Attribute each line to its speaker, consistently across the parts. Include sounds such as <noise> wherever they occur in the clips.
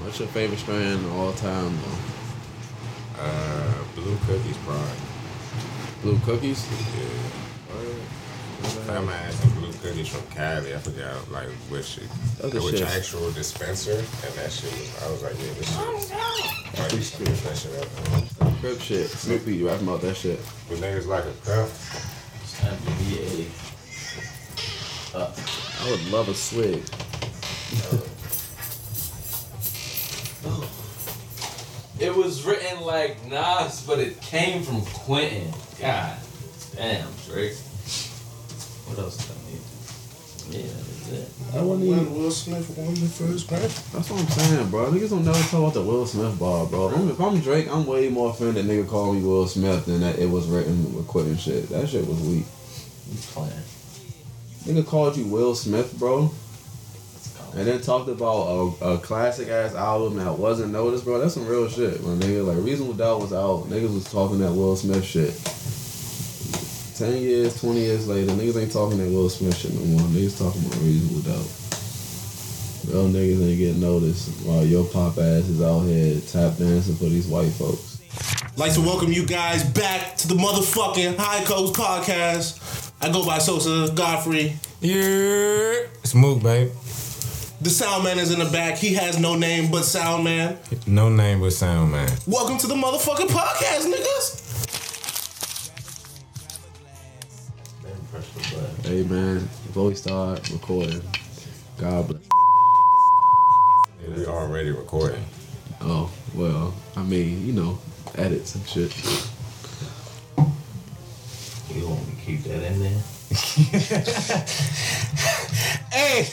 Speaker 1: What's your favorite strand of all time, though?
Speaker 2: Uh, blue cookies, probably.
Speaker 1: Blue cookies?
Speaker 2: Yeah. I might have some blue cookies from Cali. I forgot like which
Speaker 1: Other
Speaker 2: which
Speaker 1: shit.
Speaker 2: actual dispenser, and that shit was. I was like, yeah, this shit. Like, this shit, that shit up.
Speaker 1: Crip shit. Snoopy rapping about that shit.
Speaker 2: When niggas like a cuff,
Speaker 3: It's time to be a. Uh,
Speaker 1: I would love a swig.
Speaker 3: it was written like Nas, but it came from Quentin. God damn, Drake. What else do I need? Yeah, that's it.
Speaker 1: I wouldn't
Speaker 4: When Will Smith won the first Grammy.
Speaker 1: That's what I'm saying, bro. Niggas don't never talk about the Will Smith bar, bro. I'm- if I'm Drake, I'm way more offended that nigga called me Will Smith than that it was written with quitting shit. That shit was weak.
Speaker 3: You playing?
Speaker 1: Nigga called you Will Smith, bro,
Speaker 3: It's
Speaker 1: and
Speaker 3: gone.
Speaker 1: then talked about a, a classic ass album that wasn't noticed, bro. That's some real shit, my nigga. Like Reasonable Doubt was out, niggas was talking that Will Smith shit. Ten years, twenty years later, niggas ain't talking that Will Smith shit no more. Niggas talking about Reasonable Doubt. Real niggas ain't getting noticed while your pop ass is out here tap dancing for these white folks.
Speaker 4: Like to welcome you guys back to the motherfucking High Coast Podcast. I go by Sosa Godfrey.
Speaker 5: Yeah. It's Mook, babe.
Speaker 4: The sound man is in the back. He has no name but sound man.
Speaker 5: No name but sound man.
Speaker 4: Welcome to the motherfucking podcast, niggas.
Speaker 2: then push the button.
Speaker 1: Hey man, before we start recording, God bless.
Speaker 2: Yeah, we already recording.
Speaker 1: Oh well, I mean you know edits and shit.
Speaker 3: You want me to keep that in there?
Speaker 5: Hey,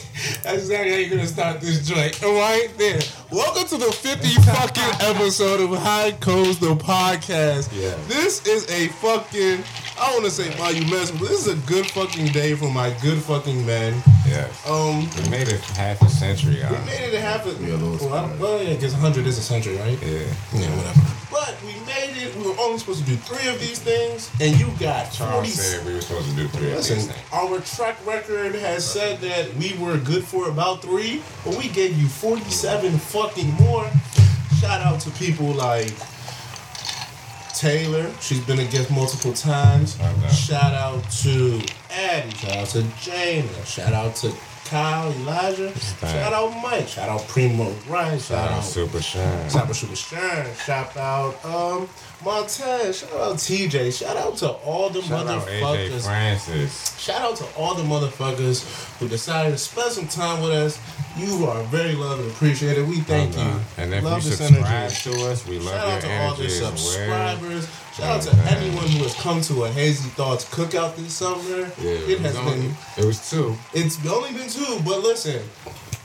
Speaker 5: that's exactly how you're gonna start this joint. Right there. Welcome to the 50 fucking episode of High Coast the Podcast.
Speaker 2: Yeah.
Speaker 5: This is a fucking I wanna say monumental, but this is a good fucking day for my good fucking man.
Speaker 2: Yeah.
Speaker 5: Um
Speaker 2: We made it half a century.
Speaker 5: we
Speaker 2: Y'all.
Speaker 5: made it happen.
Speaker 1: Yeah, those-
Speaker 5: well, I don't- well, yeah, because 100 is a century, right?
Speaker 2: Yeah.
Speaker 5: Yeah, whatever. But we made it. We were only supposed to do three of these things, and you got
Speaker 2: Charles
Speaker 5: 46.
Speaker 2: said we were supposed to do three of these
Speaker 5: Listen,
Speaker 2: things.
Speaker 5: our track record has said that we were good for about three, but we gave you 47 fucking more. Shout out to people like Taylor. She's been a guest multiple times.
Speaker 2: I know.
Speaker 5: Shout out to Addie. Shout out to Jana. Shout out to Kyle, Elijah. Shout out Mike. Shout out Primo Ryan. Shout
Speaker 2: Shout out
Speaker 5: out
Speaker 2: Super Shine.
Speaker 5: Shout out Sugar Shine. Shout out um, Montez. Shout out TJ. Shout out to all the
Speaker 2: Shout out AJ
Speaker 5: motherfuckers.
Speaker 2: Francis.
Speaker 5: Shout out to all the motherfuckers who decided to spend some time with us. You are very loved and appreciated. We thank you.
Speaker 2: Uh, And if
Speaker 5: love
Speaker 2: you
Speaker 5: this
Speaker 2: subscribe
Speaker 5: energy.
Speaker 2: to us, we
Speaker 5: Shout out
Speaker 2: love your
Speaker 5: to all
Speaker 2: energy
Speaker 5: the
Speaker 2: as well.
Speaker 5: subscribers. Shout out to
Speaker 2: Amen.
Speaker 5: anyone who has come to a Hazy Thoughts cookout this summer.
Speaker 2: Yeah,
Speaker 5: it has
Speaker 2: was only-
Speaker 5: been
Speaker 2: It was two.
Speaker 5: it's only been two, but listen,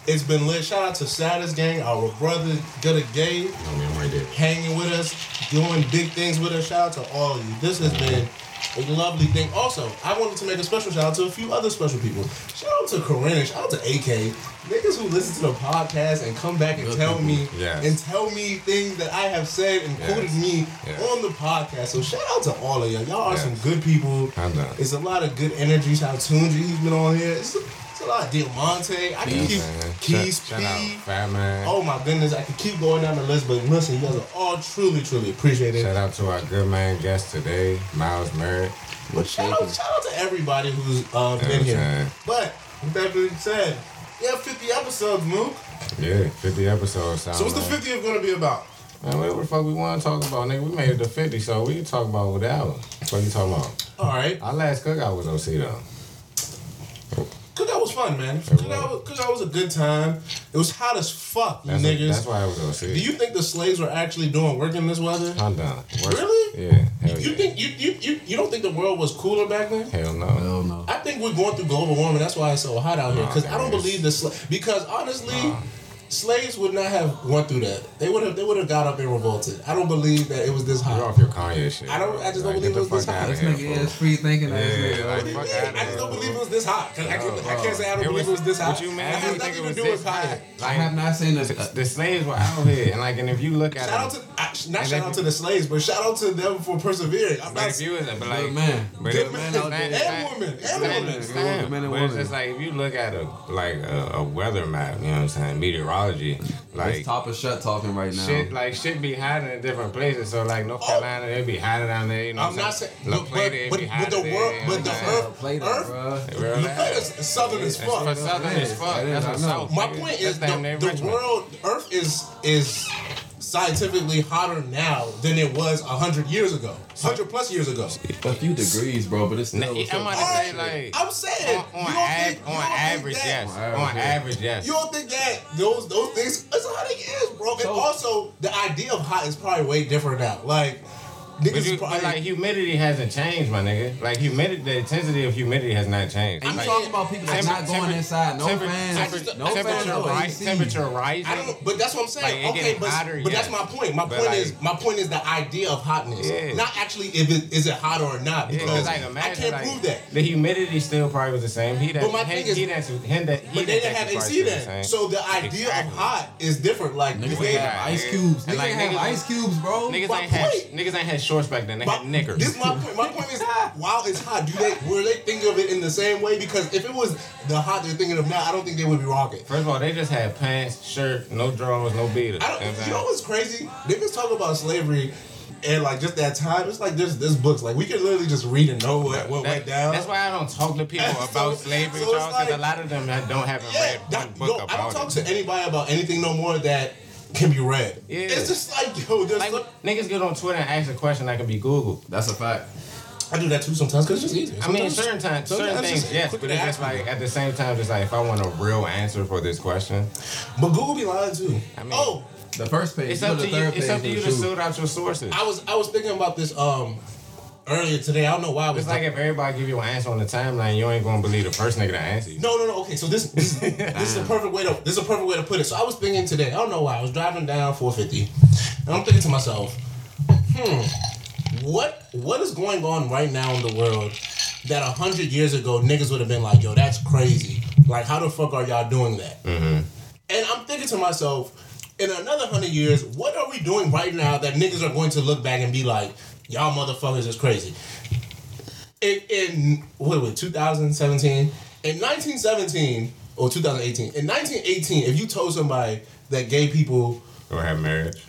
Speaker 5: it's been lit. Shout out to Saddest Gang, our brother Gutta Gay
Speaker 2: I mean, we did.
Speaker 5: hanging with us, doing big things with us. Shout out to all of you. This has been a lovely thing. Also, I wanted to make a special shout out to a few other special people. Shout out to Corinne, shout out to AK, niggas who listen to the podcast and come back and tell me
Speaker 2: Yes.
Speaker 5: and tell me things that I have said and
Speaker 2: Yes.
Speaker 5: quoted me
Speaker 2: Yes.
Speaker 5: on the podcast. So shout out to all of y'all. Y'all are
Speaker 2: Yes.
Speaker 5: some good people.
Speaker 2: I know.
Speaker 5: It's a lot of good energy. Shout out to Tunji, he's been on here. It's a, it's a lot of Diamante. I can
Speaker 2: Yeah,
Speaker 5: keep
Speaker 2: man.
Speaker 5: Keys
Speaker 2: Shout- shout out
Speaker 5: P.
Speaker 2: Fat Man.
Speaker 5: Oh my goodness, I could keep going down the list, but listen, you guys are all truly, truly appreciated.
Speaker 2: Shout out to our good man guest today, Miles Merritt.
Speaker 1: What's
Speaker 5: Shout out, shout out to everybody who's uh,
Speaker 2: Yeah,
Speaker 5: been
Speaker 2: okay.
Speaker 5: here. But with that being said, yeah, 50 episodes, Mook.
Speaker 2: Yeah, 50 episodes.
Speaker 5: So what's the 50th gonna be about?
Speaker 2: Man, whatever the fuck we want to talk about, nigga. We made it to 50, so we can talk about whatever. What you talking about?
Speaker 5: All right,
Speaker 2: Our last cookout was OC, though.
Speaker 5: cookout was fun, man. Cookout was, cookout was a good time. It was hot as fuck, you
Speaker 2: That's,
Speaker 5: niggas.
Speaker 2: that's why it was OC.
Speaker 5: Do you think the slaves were actually doing work in this weather?
Speaker 2: I'm done. Work-
Speaker 5: Really?
Speaker 2: Yeah. Hell
Speaker 5: You
Speaker 2: yeah.
Speaker 5: think you, you you you don't think the world was cooler back then?
Speaker 2: Hell no.
Speaker 1: Hell no.
Speaker 5: I think we're going through global warming. That's why it's so hot out here. Because I
Speaker 2: man,
Speaker 5: don't believe the sla- because honestly, slaves would not have went through that. They would have. They would have got up and revolted. I don't believe that it was this
Speaker 2: Get
Speaker 5: hot.
Speaker 2: off your Kanye shit.
Speaker 5: I don't-
Speaker 2: bro.
Speaker 5: I just
Speaker 2: Like,
Speaker 5: don't
Speaker 2: get
Speaker 5: believe it
Speaker 2: the
Speaker 5: was
Speaker 2: fuck
Speaker 5: this
Speaker 2: outta
Speaker 5: hot.
Speaker 2: here,
Speaker 6: Nigga
Speaker 2: fool.
Speaker 6: is free thinking ass
Speaker 2: Yeah,
Speaker 6: nigga.
Speaker 2: like,
Speaker 6: Like,
Speaker 2: fuck outta
Speaker 5: I just don't
Speaker 2: here,
Speaker 5: believe it
Speaker 2: fool.
Speaker 5: was this hot. 'Cause I, can't, I can't say I don't
Speaker 2: It
Speaker 5: believe
Speaker 2: was-
Speaker 5: it was this hot.
Speaker 2: What you mean?
Speaker 5: It has nothing to do with hot.
Speaker 6: I have not seen uh, a. a
Speaker 2: The slaves were out here, and like, and if you look at
Speaker 5: Shout
Speaker 2: it,
Speaker 5: out to I, sh- not
Speaker 2: And
Speaker 5: shout
Speaker 2: if
Speaker 5: out to
Speaker 2: you-
Speaker 5: the slaves, but shout out to them for persevering. I'm
Speaker 2: But
Speaker 5: not.
Speaker 2: if
Speaker 5: <laughs>
Speaker 2: you was but like
Speaker 6: Good man.
Speaker 2: but
Speaker 5: Good
Speaker 2: if-
Speaker 5: man
Speaker 2: it's
Speaker 5: out
Speaker 2: not-
Speaker 5: there.
Speaker 2: it's
Speaker 5: And
Speaker 2: not-
Speaker 5: woman.
Speaker 2: it's
Speaker 5: And
Speaker 2: not-
Speaker 5: woman.
Speaker 2: it's not.
Speaker 6: Man and
Speaker 2: But it's
Speaker 6: woman.
Speaker 2: just like if you look at a like a, a weather map, you know what I'm saying,
Speaker 7: apology. Like
Speaker 1: It's top of shut talking right now.
Speaker 2: Shit, like shit be hiding in different places. So like North Carolina, they be hiding down there. You know,
Speaker 5: Oh. I'm
Speaker 2: what
Speaker 5: not saying,
Speaker 2: saying La
Speaker 5: but, but,
Speaker 2: Plata, they
Speaker 5: but,
Speaker 2: be
Speaker 5: but the
Speaker 2: hiding
Speaker 5: world,
Speaker 2: there,
Speaker 5: but the
Speaker 2: like,
Speaker 5: earth,
Speaker 1: Play that,
Speaker 5: earth,
Speaker 1: bruh.
Speaker 2: real
Speaker 5: the
Speaker 2: ass.
Speaker 5: earth is southern as
Speaker 2: That's for
Speaker 5: fuck.
Speaker 2: southern as fuck. That's for
Speaker 1: I
Speaker 2: south.
Speaker 5: My
Speaker 2: nigga.
Speaker 5: point
Speaker 2: That's
Speaker 5: is, the,
Speaker 2: down there in
Speaker 5: the
Speaker 2: Richmond.
Speaker 5: world, Earth is is scientifically hotter now than it was hundred years ago, hundred plus years ago.
Speaker 8: A few degrees, bro, but it's
Speaker 2: Nah,
Speaker 8: still. it's
Speaker 2: I'm
Speaker 8: still-
Speaker 2: gonna say like
Speaker 5: I'm saying
Speaker 2: on, on,
Speaker 5: you don't
Speaker 2: av-
Speaker 5: think- you
Speaker 2: on
Speaker 5: don't think
Speaker 2: average,
Speaker 5: that-
Speaker 2: yes.
Speaker 8: Wow,
Speaker 2: On
Speaker 8: yeah.
Speaker 2: average, yes.
Speaker 5: You don't think that those those things it's hundred years, bro. And also the idea of hot is probably way different now. Like
Speaker 2: But,
Speaker 5: niggas
Speaker 2: you,
Speaker 5: is
Speaker 2: but
Speaker 5: probably
Speaker 2: like humidity hasn't changed, my nigga. Like humidity, the intensity of humidity has not changed.
Speaker 1: I'm
Speaker 2: like,
Speaker 1: talking about people that's not
Speaker 2: temper-
Speaker 1: going
Speaker 2: temper-
Speaker 1: inside. No
Speaker 2: temper-
Speaker 1: fans.
Speaker 2: temper-
Speaker 1: no fans.
Speaker 2: temperature,
Speaker 1: No
Speaker 2: ri-
Speaker 1: AC.
Speaker 2: temperature
Speaker 5: I
Speaker 2: rising.
Speaker 5: don't, but that's what I'm saying.
Speaker 2: Like, it
Speaker 5: okay,
Speaker 2: getting
Speaker 5: but,
Speaker 2: hotter,
Speaker 5: but
Speaker 2: yeah.
Speaker 5: that's my point. My
Speaker 2: But,
Speaker 5: point
Speaker 2: like-
Speaker 5: is my point is the idea of hotness,
Speaker 2: Yeah.
Speaker 5: not actually if it is it hot or not.
Speaker 2: Yeah,
Speaker 5: Because
Speaker 2: 'cause, like,
Speaker 5: I
Speaker 2: imagine,
Speaker 5: can't
Speaker 2: like,
Speaker 5: prove that.
Speaker 2: The humidity still probably was the same. He that,
Speaker 5: But my
Speaker 2: he,
Speaker 5: thing is-
Speaker 2: he that's, him that, he
Speaker 5: But they didn't
Speaker 2: that
Speaker 5: have
Speaker 2: was probably
Speaker 5: AC
Speaker 2: the same.
Speaker 5: then, so the idea
Speaker 2: Exactly.
Speaker 5: of hot is different. Like you
Speaker 1: Niggas
Speaker 5: made-
Speaker 1: ain't have ice cubes.
Speaker 2: And
Speaker 1: Niggas
Speaker 2: like
Speaker 1: ain't have
Speaker 2: niggas-
Speaker 1: ice cubes, bro.
Speaker 2: Niggas
Speaker 5: My
Speaker 2: ain't had
Speaker 5: point-
Speaker 2: niggas ain't had shorts back then. They
Speaker 5: My,
Speaker 2: had knickers.
Speaker 5: This is my point. My point is, while it's hot, do they were they thinking of it in the same way? Because if it was the hot they're thinking of now, I don't think they would be rocking.
Speaker 2: First of all, they just had pants, shirt, no drawers, no beaters.
Speaker 5: I don't.
Speaker 2: You know what I'm
Speaker 5: You know
Speaker 2: saying?
Speaker 5: what's crazy? Niggas talk about slavery. And like just that time, it's like there's this books like we can literally just read and know what, what
Speaker 2: That-
Speaker 5: went down.
Speaker 2: That's why I don't talk to people
Speaker 5: <laughs> So-
Speaker 2: about slavery,
Speaker 5: so it's
Speaker 2: Charles, because
Speaker 5: like-
Speaker 2: a lot of them that don't haven't
Speaker 5: Yeah,
Speaker 2: read
Speaker 5: that,
Speaker 2: one book
Speaker 5: no,
Speaker 2: about
Speaker 5: I don't talk
Speaker 2: it.
Speaker 5: to anybody about anything no more that can be read.
Speaker 2: Yeah.
Speaker 5: It's just like yo, there's
Speaker 2: Like
Speaker 5: some-
Speaker 2: niggas get on Twitter and ask a question that can be Googled.
Speaker 1: That's a fact.
Speaker 5: I do that too sometimes because it's just easier.
Speaker 2: I mean,
Speaker 5: Sometimes-
Speaker 2: certain times, certain
Speaker 5: sometimes
Speaker 2: things,
Speaker 5: just
Speaker 2: yes,
Speaker 5: quick
Speaker 2: but
Speaker 5: to
Speaker 2: it's
Speaker 5: ask
Speaker 2: just like
Speaker 5: people.
Speaker 2: at the same time, just like if I want a real answer for this question,
Speaker 5: But Google be lying too.
Speaker 2: I mean-
Speaker 5: oh,
Speaker 1: The first page.
Speaker 2: it's
Speaker 1: go
Speaker 2: up
Speaker 1: the
Speaker 2: to you.
Speaker 1: third
Speaker 2: It's up to
Speaker 1: page
Speaker 2: you
Speaker 1: and
Speaker 2: to
Speaker 1: shoot.
Speaker 2: sort out your sources.
Speaker 5: I was I was thinking about this um earlier today. I don't know why I was
Speaker 2: It's like if everybody give you an answer on the timeline, you ain't gonna believe the first nigga to answer you.
Speaker 5: No, no, no. Okay, so this this, this is a perfect way to this is a perfect way to put it. So I was thinking today. I don't know why. I was driving down 450, and I'm thinking to myself, hmm, what what is going on right now in the world that a hundred years ago niggas would have been like, yo, that's crazy. Like, how the fuck are y'all doing that? And I'm thinking to myself, in another hundred years, what are we doing right now that niggas are going to look back and be like, y'all motherfuckers is crazy? in, in what was it, 2017? In 1917 or 2018? In 1918, if you told somebody that gay people,
Speaker 2: Or have marriage.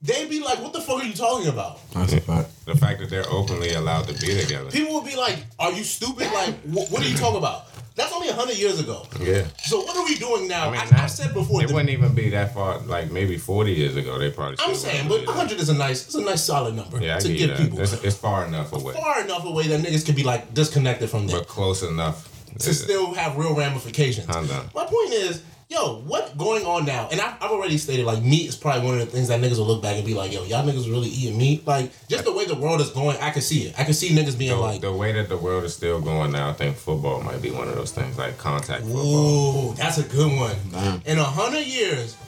Speaker 5: they'd be like, "What the fuck are you talking about?"
Speaker 1: That's a fact.
Speaker 2: The fact that they're openly allowed to be together.
Speaker 5: People would be like, "Are you stupid? Like, wh- what are you talking about?" That's only 100 years ago.
Speaker 2: Yeah.
Speaker 5: So what are we doing now?
Speaker 2: I
Speaker 5: I
Speaker 2: mean,
Speaker 5: I,
Speaker 2: not-
Speaker 5: have said before.
Speaker 2: It
Speaker 5: the-
Speaker 2: wouldn't even be that far, like maybe 40 years ago, they probably
Speaker 5: I'm
Speaker 2: still
Speaker 5: saying, but
Speaker 2: wouldn't believe
Speaker 5: 100 is a nice, it's a nice solid number
Speaker 2: it. Yeah, I
Speaker 5: to
Speaker 2: get
Speaker 5: give
Speaker 2: that. <laughs>
Speaker 5: people
Speaker 2: It's, it's far enough away,
Speaker 5: far enough away that niggas could be like disconnected from that.
Speaker 2: but close enough.
Speaker 5: to still have real ramifications.
Speaker 2: I know.
Speaker 5: My point is, yo, what going on now? And I, I've already stated, like, meat is probably one of the things that niggas will look back and be like, yo, y'all niggas really eating meat? Like, just the way the world is going, I can see it. I can see niggas being
Speaker 2: the,
Speaker 5: like,
Speaker 2: the way that the world is still going now, I think football might be one of those things, like contact football.
Speaker 5: ooh, that's a good one. In a hundred years,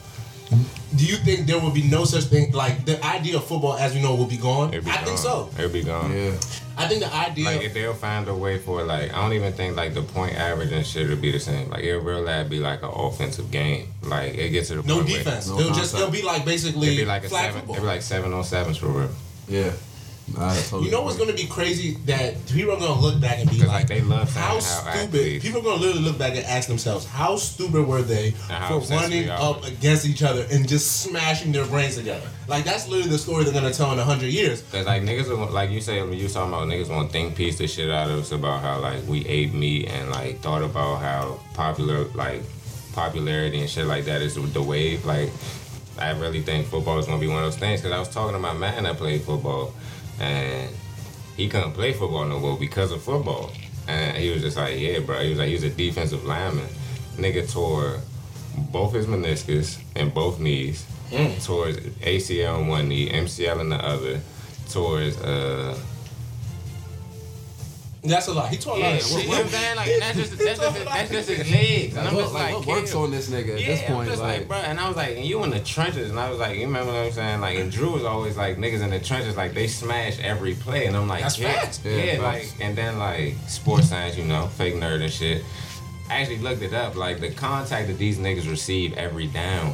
Speaker 5: do you think there will be no such thing? Like, the idea of football as we know will be gone?
Speaker 2: It'd be
Speaker 5: I
Speaker 2: gone.
Speaker 5: think so.
Speaker 2: It'd be gone.
Speaker 1: Yeah.
Speaker 5: I think the idea.
Speaker 2: Like if they'll find a way for like, I don't even think like the point average and shit would be the same. Like it real lab be like an offensive game. Like it gets to the
Speaker 5: no
Speaker 2: point where-
Speaker 5: defense.
Speaker 1: No
Speaker 5: it'll just
Speaker 1: contact.
Speaker 5: it'll be like basically
Speaker 2: It'd be like a
Speaker 5: flag
Speaker 2: seven.
Speaker 5: football.
Speaker 2: It'd be like seven on sevens for real.
Speaker 1: Yeah. Nah, I totally
Speaker 5: You know what's
Speaker 1: agree.
Speaker 5: gonna be crazy? That people are gonna look back and be
Speaker 2: Because
Speaker 5: Oh,
Speaker 2: like
Speaker 5: like,
Speaker 2: they love saying
Speaker 5: how
Speaker 2: how,
Speaker 5: stupid.
Speaker 2: athletes-
Speaker 5: People are gonna literally look back and ask themselves, how stupid were they
Speaker 2: how
Speaker 5: for
Speaker 2: obsessed we
Speaker 5: running
Speaker 2: are
Speaker 5: up
Speaker 2: with it.
Speaker 5: against each other and just smashing their brains together? Like that's literally the story they're gonna tell in hundred years.
Speaker 2: Cause like niggas, are, like you say, you talking about niggas want to think piece the shit out of us about how like we ate meat and like thought about how popular like popularity and shit like that is the wave. Like I really think football is gonna be one of those things. Cause I was talking to my man that played football, and he couldn't play football no more because of football. And he was just like, yeah, bro. He was like, he was a defensive lineman. Nigga tore both his meniscus and both knees.
Speaker 1: Mm.
Speaker 2: Tore his ACL in one knee, MCL in the other. Tore his uh.
Speaker 5: That's a lot. He taught a lot
Speaker 2: Yeah,
Speaker 5: of shit.
Speaker 2: you know what I'm saying? Like that's just that's just that's just his legs. And I'm
Speaker 1: What-
Speaker 2: just
Speaker 1: like,
Speaker 2: like,
Speaker 1: what works
Speaker 2: kill.
Speaker 1: on this nigga at
Speaker 2: Yeah,
Speaker 1: this
Speaker 2: I'm
Speaker 1: point?
Speaker 2: just like,
Speaker 1: like,
Speaker 2: bro, and I was like, and you in the trenches, and I was like, you remember what I'm saying? Like, and Drew was always like, niggas in the trenches, like they smash every play, and I'm like,
Speaker 5: That's
Speaker 2: yeah,
Speaker 5: facts.
Speaker 2: yeah,
Speaker 1: Yeah,
Speaker 2: like,
Speaker 1: facts.
Speaker 2: and then like sports science, you know, fake nerd and shit. I actually looked it up. Like the contact that these niggas receive every down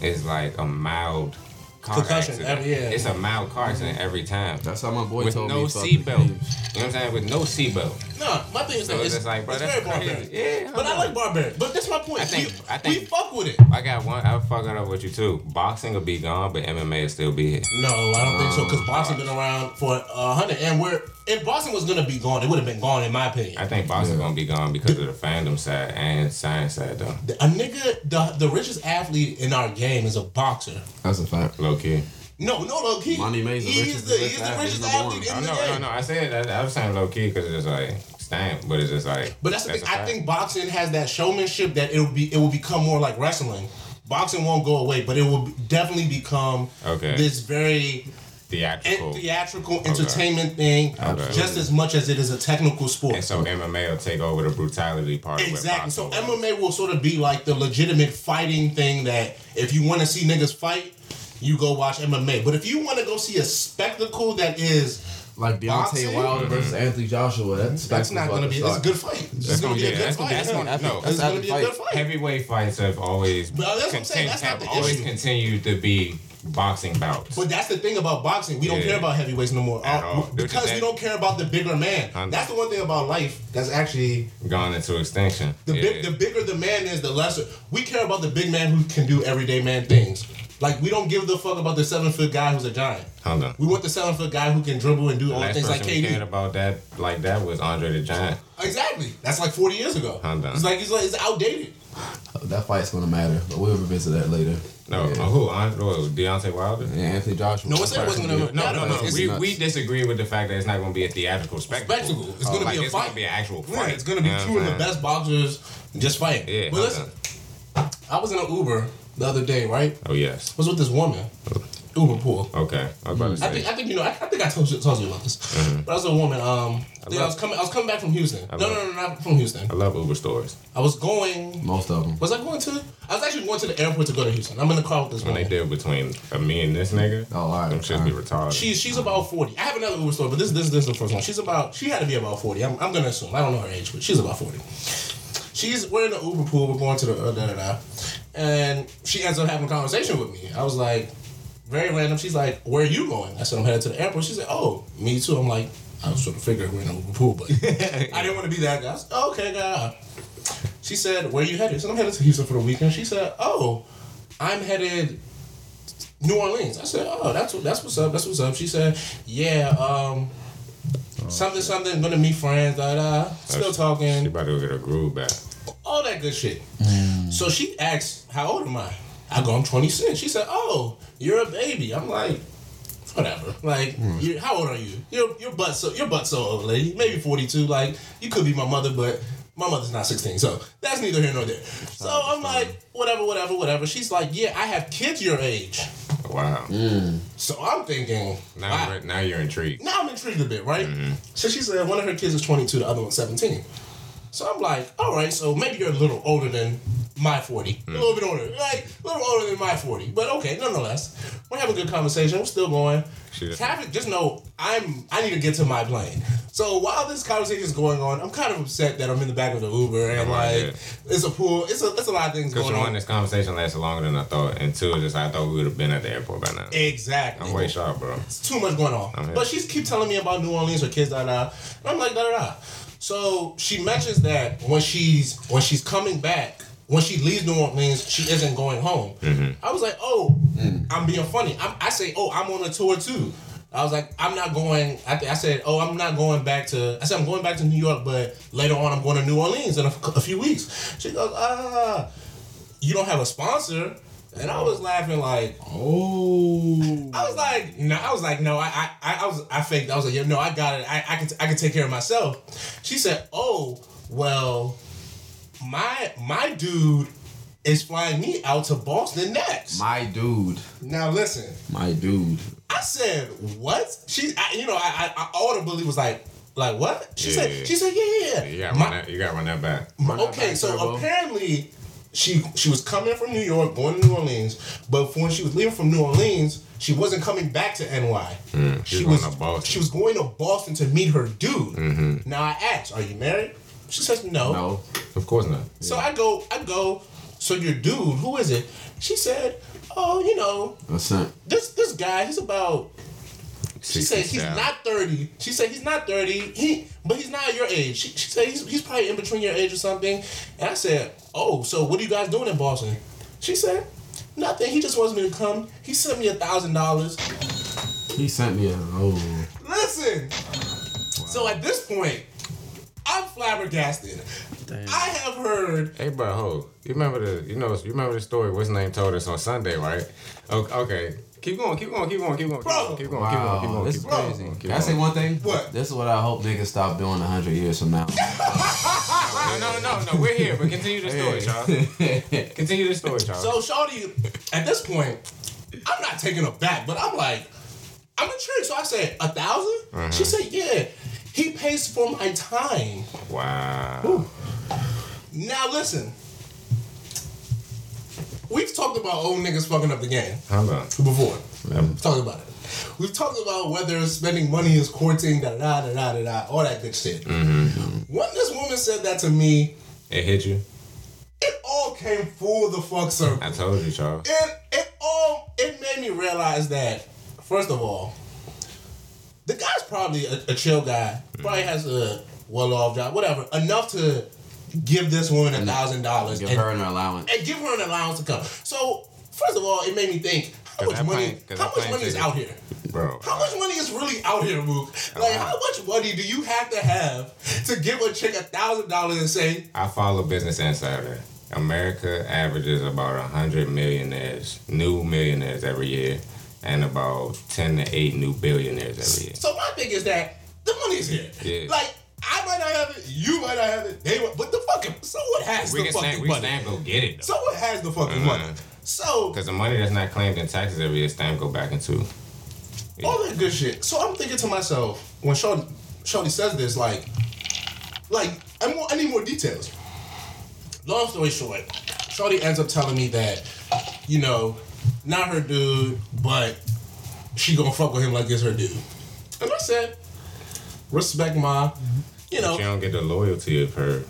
Speaker 2: is like a mild car
Speaker 5: Concussion,
Speaker 2: accident.
Speaker 5: every- yeah. Mm-hmm.
Speaker 2: It's a mild car accident every time.
Speaker 1: That's how my boy
Speaker 2: With
Speaker 1: told
Speaker 2: no
Speaker 1: me. fuck
Speaker 2: seatbelt. You know
Speaker 1: the Chiefs.
Speaker 2: what I'm saying? With no seatbelt.
Speaker 5: No, my thing is
Speaker 2: So
Speaker 5: that
Speaker 2: it's
Speaker 5: it's,
Speaker 2: just like, bro,
Speaker 5: it's
Speaker 2: that's
Speaker 5: very
Speaker 2: crazy.
Speaker 5: barbaric.
Speaker 2: Yeah.
Speaker 5: But I like barbaric. But that's my point.
Speaker 2: I think-
Speaker 5: we,
Speaker 2: I think-
Speaker 5: we fuck with it.
Speaker 2: I got one. I'm fucking up with you too. Boxing will be gone, but MMA will still be here.
Speaker 5: No, I don't think so because Boston been around for a hundred, and we're if Boston was gonna be gone, it would have been gone in my opinion.
Speaker 2: I think boxing gonna be gone because of the fandom side and science side though.
Speaker 5: a nigga, the the richest athlete in our game is a boxer.
Speaker 1: That's a fact.
Speaker 2: Low key.
Speaker 5: No, no, look, he,
Speaker 1: Monty May's the
Speaker 5: he
Speaker 1: richest-
Speaker 5: is the, he's
Speaker 1: richest
Speaker 5: the
Speaker 1: athlete.
Speaker 5: richest
Speaker 1: He's number one.
Speaker 5: athlete
Speaker 2: Oh,
Speaker 5: in
Speaker 2: no,
Speaker 5: the
Speaker 2: no,
Speaker 5: game.
Speaker 2: no. I said that. I was saying low key because it's just like stamp, but it's just like.
Speaker 5: But that's the thing.
Speaker 2: a
Speaker 5: I
Speaker 2: fact.
Speaker 5: think boxing has that showmanship that it will be it will become more like wrestling. Boxing won't go away, but it will definitely become
Speaker 2: Okay.
Speaker 5: this very en-
Speaker 2: theatrical.
Speaker 5: theatrical entertainment thing, just as much as it is a technical sport.
Speaker 2: And so MMA will take over the brutality part. of what
Speaker 5: Exactly. So
Speaker 2: boxing was.
Speaker 5: MMA will sort of be like the legitimate fighting thing that if you want to see niggas fight, you go watch MMA. But if you want to go see a spectacle that is,
Speaker 1: Like Deontay
Speaker 5: Boxing?
Speaker 1: Wilder versus Anthony Joshua. Mm-hmm. That's
Speaker 5: that's not going to be. It's a good fight. It's
Speaker 2: gonna
Speaker 5: going to be
Speaker 2: be-
Speaker 5: a good
Speaker 2: that's gonna-
Speaker 5: fight.
Speaker 2: that's gonna- no,
Speaker 5: It's
Speaker 1: that's
Speaker 5: going to be a
Speaker 1: how
Speaker 5: good
Speaker 1: the
Speaker 5: fight.
Speaker 2: Heavyweight fights have always
Speaker 5: But that's what I'm saying,
Speaker 2: contin-
Speaker 5: that's not
Speaker 2: have
Speaker 5: the
Speaker 2: always
Speaker 5: issue.
Speaker 2: continued to be boxing bouts.
Speaker 5: But that's the thing about boxing. We don't
Speaker 2: Yeah.
Speaker 5: care about heavyweights no more
Speaker 2: At
Speaker 5: Uh,
Speaker 2: all. They're
Speaker 5: because
Speaker 2: just
Speaker 5: we
Speaker 2: that-
Speaker 5: don't care about the bigger man.
Speaker 2: I know.
Speaker 5: That's the one thing about life that's actually
Speaker 2: Gone into extinction.
Speaker 5: The,
Speaker 2: yeah.
Speaker 5: big, the bigger the man is, the lesser. We care about the big man who can do everyday man things. Like we don't give the fuck about the seven foot guy who's a giant.
Speaker 2: Hold on.
Speaker 5: We want the seven foot guy who can dribble and do all
Speaker 2: Last
Speaker 5: things
Speaker 2: person
Speaker 5: like
Speaker 2: we cared
Speaker 5: KD.
Speaker 2: about that like that was Andre the Giant.
Speaker 5: Exactly. That's like forty years ago.
Speaker 2: I'm done.
Speaker 5: It's like it's like it's outdated.
Speaker 1: That fight's gonna matter, but we'll revisit that later.
Speaker 2: No,
Speaker 1: Yeah.
Speaker 2: uh, who? Andre, what, Deontay Wilder.
Speaker 1: And Anthony Joshua.
Speaker 5: No one said it wasn't gonna
Speaker 2: No,
Speaker 5: matter.
Speaker 2: no, no.
Speaker 5: It's-
Speaker 2: We,
Speaker 5: it's-
Speaker 2: we disagree with the fact that it's not going to be a theatrical spectacle.
Speaker 5: Spectacle. It's
Speaker 2: Oh,
Speaker 5: gonna
Speaker 2: like,
Speaker 5: be a
Speaker 2: it's
Speaker 5: fight.
Speaker 2: gonna be an actual
Speaker 5: Yeah,
Speaker 2: fight.
Speaker 5: it's gonna be
Speaker 2: You know
Speaker 5: two
Speaker 2: what
Speaker 5: of the
Speaker 2: I'm
Speaker 5: best boxers just fighting.
Speaker 2: saying? Yeah.
Speaker 5: But
Speaker 2: I'm
Speaker 5: listen,
Speaker 2: done.
Speaker 5: I was in an Uber the other day, right? I
Speaker 2: Oh yes.
Speaker 5: was with this woman. Uber pool.
Speaker 2: Okay. I was about to
Speaker 5: I
Speaker 2: say.
Speaker 5: think I think you know I, I think I told you, told you about this. But I was a woman. Um, I,
Speaker 2: Mm-hmm. love-
Speaker 5: was coming I was coming back from Houston. No,
Speaker 2: love-
Speaker 5: no, no, not from Houston.
Speaker 2: I love Uber stories.
Speaker 5: I was going.
Speaker 1: Most of them.
Speaker 5: Was I going to? I was actually going to the airport to go to Houston. I'm in the car with this
Speaker 2: When they did
Speaker 5: woman.
Speaker 2: between uh, me and this nigga,
Speaker 1: Oh, all right,
Speaker 2: them shits
Speaker 1: all
Speaker 2: be
Speaker 1: right.
Speaker 2: retarded.
Speaker 5: She's she's about 40. I have another Uber story, but this this this is the first one. She's about she had to be about 40. I'm, I'm gonna assume. I don't know her age, but she's about 40. She's we're in the Uber pool. We're going to the uh, da da da, and she ends up having a conversation with me. I was like, very random. She's like, "Where are you going?" I said, "I'm headed to the airport." She said, "Oh, me too." I'm like, I was sort of figured we're in the Uber pool, but I didn't want to be that guy. I said, okay, guy. She said, "Where you headed?" I said, "I'm headed to Houston for the weekend." She said, "Oh, I'm headed New Orleans." I said, "Oh, that's what, that's what's up. That's what's up." She said, "Yeah, um, something something. Gonna meet friends. Da da. Still
Speaker 2: she-
Speaker 5: talking.
Speaker 2: She about to go get her groove back.
Speaker 5: all that good shit." So she asks, "How old am I?" I go, "I'm 26." She said, "Oh, you're a baby." I'm like. Whatever. Like, you how old are you? You're your butt so your butt so old, lady. Maybe forty two. Like, you could be my mother, but my mother's not sixteen, so that's neither here nor there. So I'm like, whatever, whatever, whatever. She's like, yeah, I have kids your age.
Speaker 2: Wow.
Speaker 5: So I'm thinking,
Speaker 2: Now,
Speaker 5: wow.
Speaker 2: you're, now you're intrigued.
Speaker 5: Now I'm intrigued a bit, right?
Speaker 2: Mm-hmm.
Speaker 5: So she said one of her kids is 22, the other one's 17. So I'm like, all right, so maybe you're a little older than my 40. A little bit older. Like, a little older than my 40. But okay, nonetheless, we're having a good conversation. We're still going.
Speaker 2: She just-
Speaker 5: Traffic, just know I'm I need to get to my plane. So while this conversation is going on, I'm kind of upset that I'm in the back of the Uber and
Speaker 2: Oh,
Speaker 5: like
Speaker 2: yeah.
Speaker 5: it's a pool. It's a it's a lot of things
Speaker 2: Because
Speaker 5: going
Speaker 2: one,
Speaker 5: on.
Speaker 2: this conversation lasted longer than I thought, and two, just I thought we would have been at the airport by now.
Speaker 5: Exactly.
Speaker 2: I'm way sharp, bro.
Speaker 5: It's too much going on.
Speaker 2: I'm here.
Speaker 5: But she's keep telling me about New Orleans, her kids, da da. da. And I'm like, da da da. So she mentions that when she's when she's coming back, when she leaves New Orleans, she isn't going home. I was like, oh, I'm being funny. I'm, I say, oh, I'm on a tour too. I was like, I'm not going. I, th- I said, oh, I'm not going back to. I said, I'm going back to New York, but later on, I'm going to New Orleans in a, f- a few weeks. She goes, ah, you don't have a sponsor, and I was laughing like,
Speaker 8: Oh.
Speaker 5: I was like, no, I was like, no, I, I, I was, I faked. I was like, yeah, no, I got it. I, I can, I can take care of myself. She said, oh, well, my, my dude is flying me out to Boston next.
Speaker 1: My dude.
Speaker 5: now listen,
Speaker 1: My dude.
Speaker 5: I said, what? She, I, you know, I, I, I audibly was like, like what? She
Speaker 2: Yeah,
Speaker 5: said,
Speaker 2: yeah, yeah.
Speaker 5: she said, yeah, yeah,
Speaker 2: You
Speaker 5: yeah.
Speaker 2: gotta,
Speaker 5: My-
Speaker 2: run that, you gotta run that back.
Speaker 5: Okay,
Speaker 1: back,
Speaker 5: so
Speaker 1: Turbo.
Speaker 5: apparently she she was coming from New York, going to New Orleans, but when she was leaving from New Orleans, she wasn't coming back to NY.
Speaker 2: Hmm, she
Speaker 5: she
Speaker 2: was
Speaker 5: was
Speaker 2: going to Boston. Mm-hmm.
Speaker 5: she was going to Boston to meet her dude. Now I asked, "Are you married?" She says, "No."
Speaker 1: No.
Speaker 2: Of course not.
Speaker 5: So I go, I go. So your dude, who is it? She said, oh, you know,
Speaker 8: A simp.
Speaker 5: this this guy, he's about. She said he's
Speaker 2: 67.
Speaker 5: not thirty. She said he's not thirty. He, but he's not your age. She, she said he's, he's probably in between your age or something. And I said, oh, so what are you guys doing in Boston? She said, nothing. He just wants me to come. He sent me a thousand dollars.
Speaker 8: He sent me a oh.
Speaker 5: Listen. So at this point, I'm flabbergasted. I have heard.
Speaker 2: Hey, bro, ho, you remember the, you know, you remember the story? What's name told us on Sunday, right? Okay, okay. keep going, keep going, keep going, keep going,
Speaker 5: Bro.
Speaker 2: keep going, keep going, keep going, keep going, keep going.
Speaker 1: crazy.
Speaker 2: Keep
Speaker 1: Can I say one thing?
Speaker 5: What?
Speaker 1: This is what I hope niggas stop doing hundred years from now.
Speaker 2: No, no, no, no, we're here, but continue the story, y'all. Continue the story, y'all.
Speaker 5: So Shawty, at this point, I'm not taking her back, but I'm like, I'm intrigued. So I said, a 1000 She said, yeah. He pays for my time.
Speaker 2: wow.
Speaker 5: Now listen. We've talked about old niggas fucking up the game
Speaker 2: Hold on.
Speaker 5: before. We've talked about it. We've talked about whether spending money is courting, da da da da da da, all that good shit.
Speaker 1: Mm-hmm.
Speaker 5: When this woman said that to me,
Speaker 2: It hit you.
Speaker 5: it all came full the fuck circle.
Speaker 2: I told you, y'all.
Speaker 5: And it all it made me realize that first of all, the guy's probably a, a chill guy.
Speaker 1: Mm-hmm.
Speaker 5: Probably has a well off job, whatever, enough to give this woman a thousand dollars
Speaker 1: Give
Speaker 5: and
Speaker 1: her an allowance.
Speaker 5: and give her an allowance to come. So first of all, it made me think. How
Speaker 2: 'Cause
Speaker 5: much
Speaker 2: that
Speaker 5: money?
Speaker 2: plane- 'cause
Speaker 5: How
Speaker 2: that
Speaker 5: much
Speaker 2: plane
Speaker 5: money is
Speaker 2: ticket-
Speaker 5: out here?
Speaker 2: Bro.
Speaker 5: How much money is really out here, Mook? Like, how much money do you have to have to give a chick a thousand dollars and say,
Speaker 2: I follow Business Insider. America averages about 100 millionaires, new millionaires every year, and about 10 to 8 new billionaires every year.
Speaker 5: So my thing is that the money's here.
Speaker 2: Oh, Yeah.
Speaker 5: Like I might not have it, you might not have it, they might, but the fucking someone has
Speaker 2: We
Speaker 5: the
Speaker 2: can
Speaker 5: fucking
Speaker 2: snap, we can Uh-huh.
Speaker 5: money.
Speaker 2: snap, go get it, though.
Speaker 5: Someone has the fucking money. So
Speaker 2: Because the money that's not claimed in taxes every year, stamp go back into.
Speaker 5: all that good shit. So I'm thinking to myself when Shorty, Shorty says this, like, like I more, I need more details. Long story short, Shorty ends up telling me that, you know, not her dude, but she gonna fuck with him like it's her dude. And I said, respect my, you know,
Speaker 2: You don't get the loyalty of her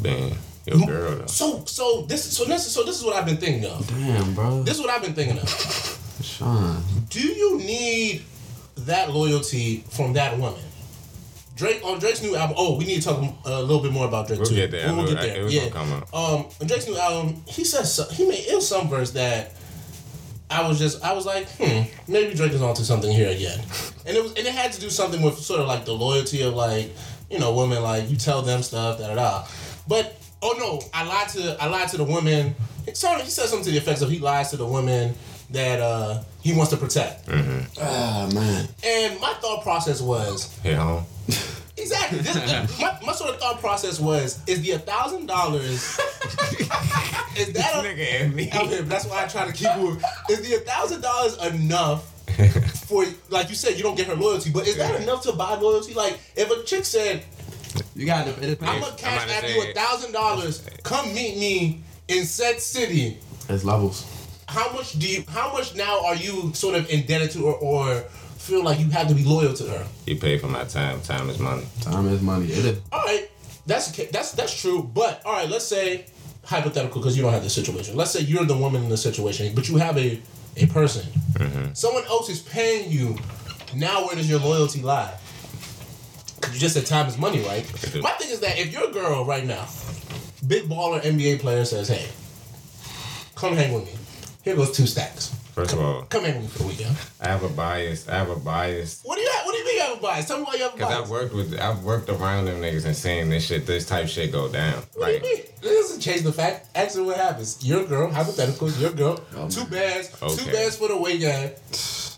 Speaker 2: being your girl, though.
Speaker 5: So so this so this so this is what I've been thinking of.
Speaker 1: Damn, bro.
Speaker 5: This is what I've been thinking of.
Speaker 1: Sean.
Speaker 5: Do you need that loyalty from that woman? Drake on Drake's new album. Oh, we need to talk a little bit more about Drake
Speaker 2: We'll
Speaker 5: too.
Speaker 2: get there.
Speaker 5: We'll
Speaker 2: We'll-
Speaker 5: get there.
Speaker 2: it was
Speaker 5: yeah.
Speaker 2: gonna come up.
Speaker 5: Um, on Drake's new album, he says so, he made in some verse that I was just I was like, hmm, maybe Drake is onto something here again. And it was and it had to do something with sort of like the loyalty of like, you know, women like you tell them stuff, da da da. But oh no, I lied to I lied to the women. So he said something to the effects of he lies to the women that uh he wants to protect.
Speaker 1: Ah man.
Speaker 5: And my thought process was
Speaker 2: Hit home.
Speaker 5: exactly
Speaker 2: <laughs>
Speaker 5: this, this- my, my sort of thought process was is the a
Speaker 2: <laughs>
Speaker 5: thousand dollars is that a,
Speaker 2: Nigga and me.
Speaker 5: out here, but that's why I try to keep it. Is the thousand dollars enough for like you said, you don't get her loyalty, but is that
Speaker 2: Yeah.
Speaker 5: enough to buy loyalty? Like if a chick said,
Speaker 1: You got to it
Speaker 5: I'm
Speaker 1: depends.
Speaker 5: gonna cash
Speaker 2: about to
Speaker 5: after you
Speaker 2: say-
Speaker 5: a thousand dollars, come meet me in said city.
Speaker 1: It's levels.
Speaker 5: How much do you how much now are you sort of indebted to or, or feel like you have to be loyal to her?
Speaker 2: You pay for my time. Time is money.
Speaker 1: Time is money. It is.
Speaker 5: all right, that's ca- that's that's true. But all right, let's say hypothetical because you don't have the situation. Let's say you're the woman in the situation, but you have a a person. Someone else is paying you. Now, where does your loyalty lie? 'Cause You just said time is money, right?
Speaker 2: Mhm.
Speaker 5: My thing is that if your girl right now, big baller NBA player says, "Hey, come hang with me. Here goes two stacks.
Speaker 2: First of all,
Speaker 5: Come hang with me for the weekend."
Speaker 2: I have a bias. I have a bias.
Speaker 5: What do you have? What do you mean you have a bias? Tell me why you have a
Speaker 2: Cause
Speaker 5: bias.
Speaker 2: I've worked with, I've worked around them niggas and seen this shit, this type shit go down.
Speaker 5: What <laughs>
Speaker 2: Like,
Speaker 5: do you mean? This doesn't change the fact. Actually, what happens? Your girl, hypothetical, your girl, two bands, two
Speaker 2: Um, Okay.
Speaker 5: bands for the weekend.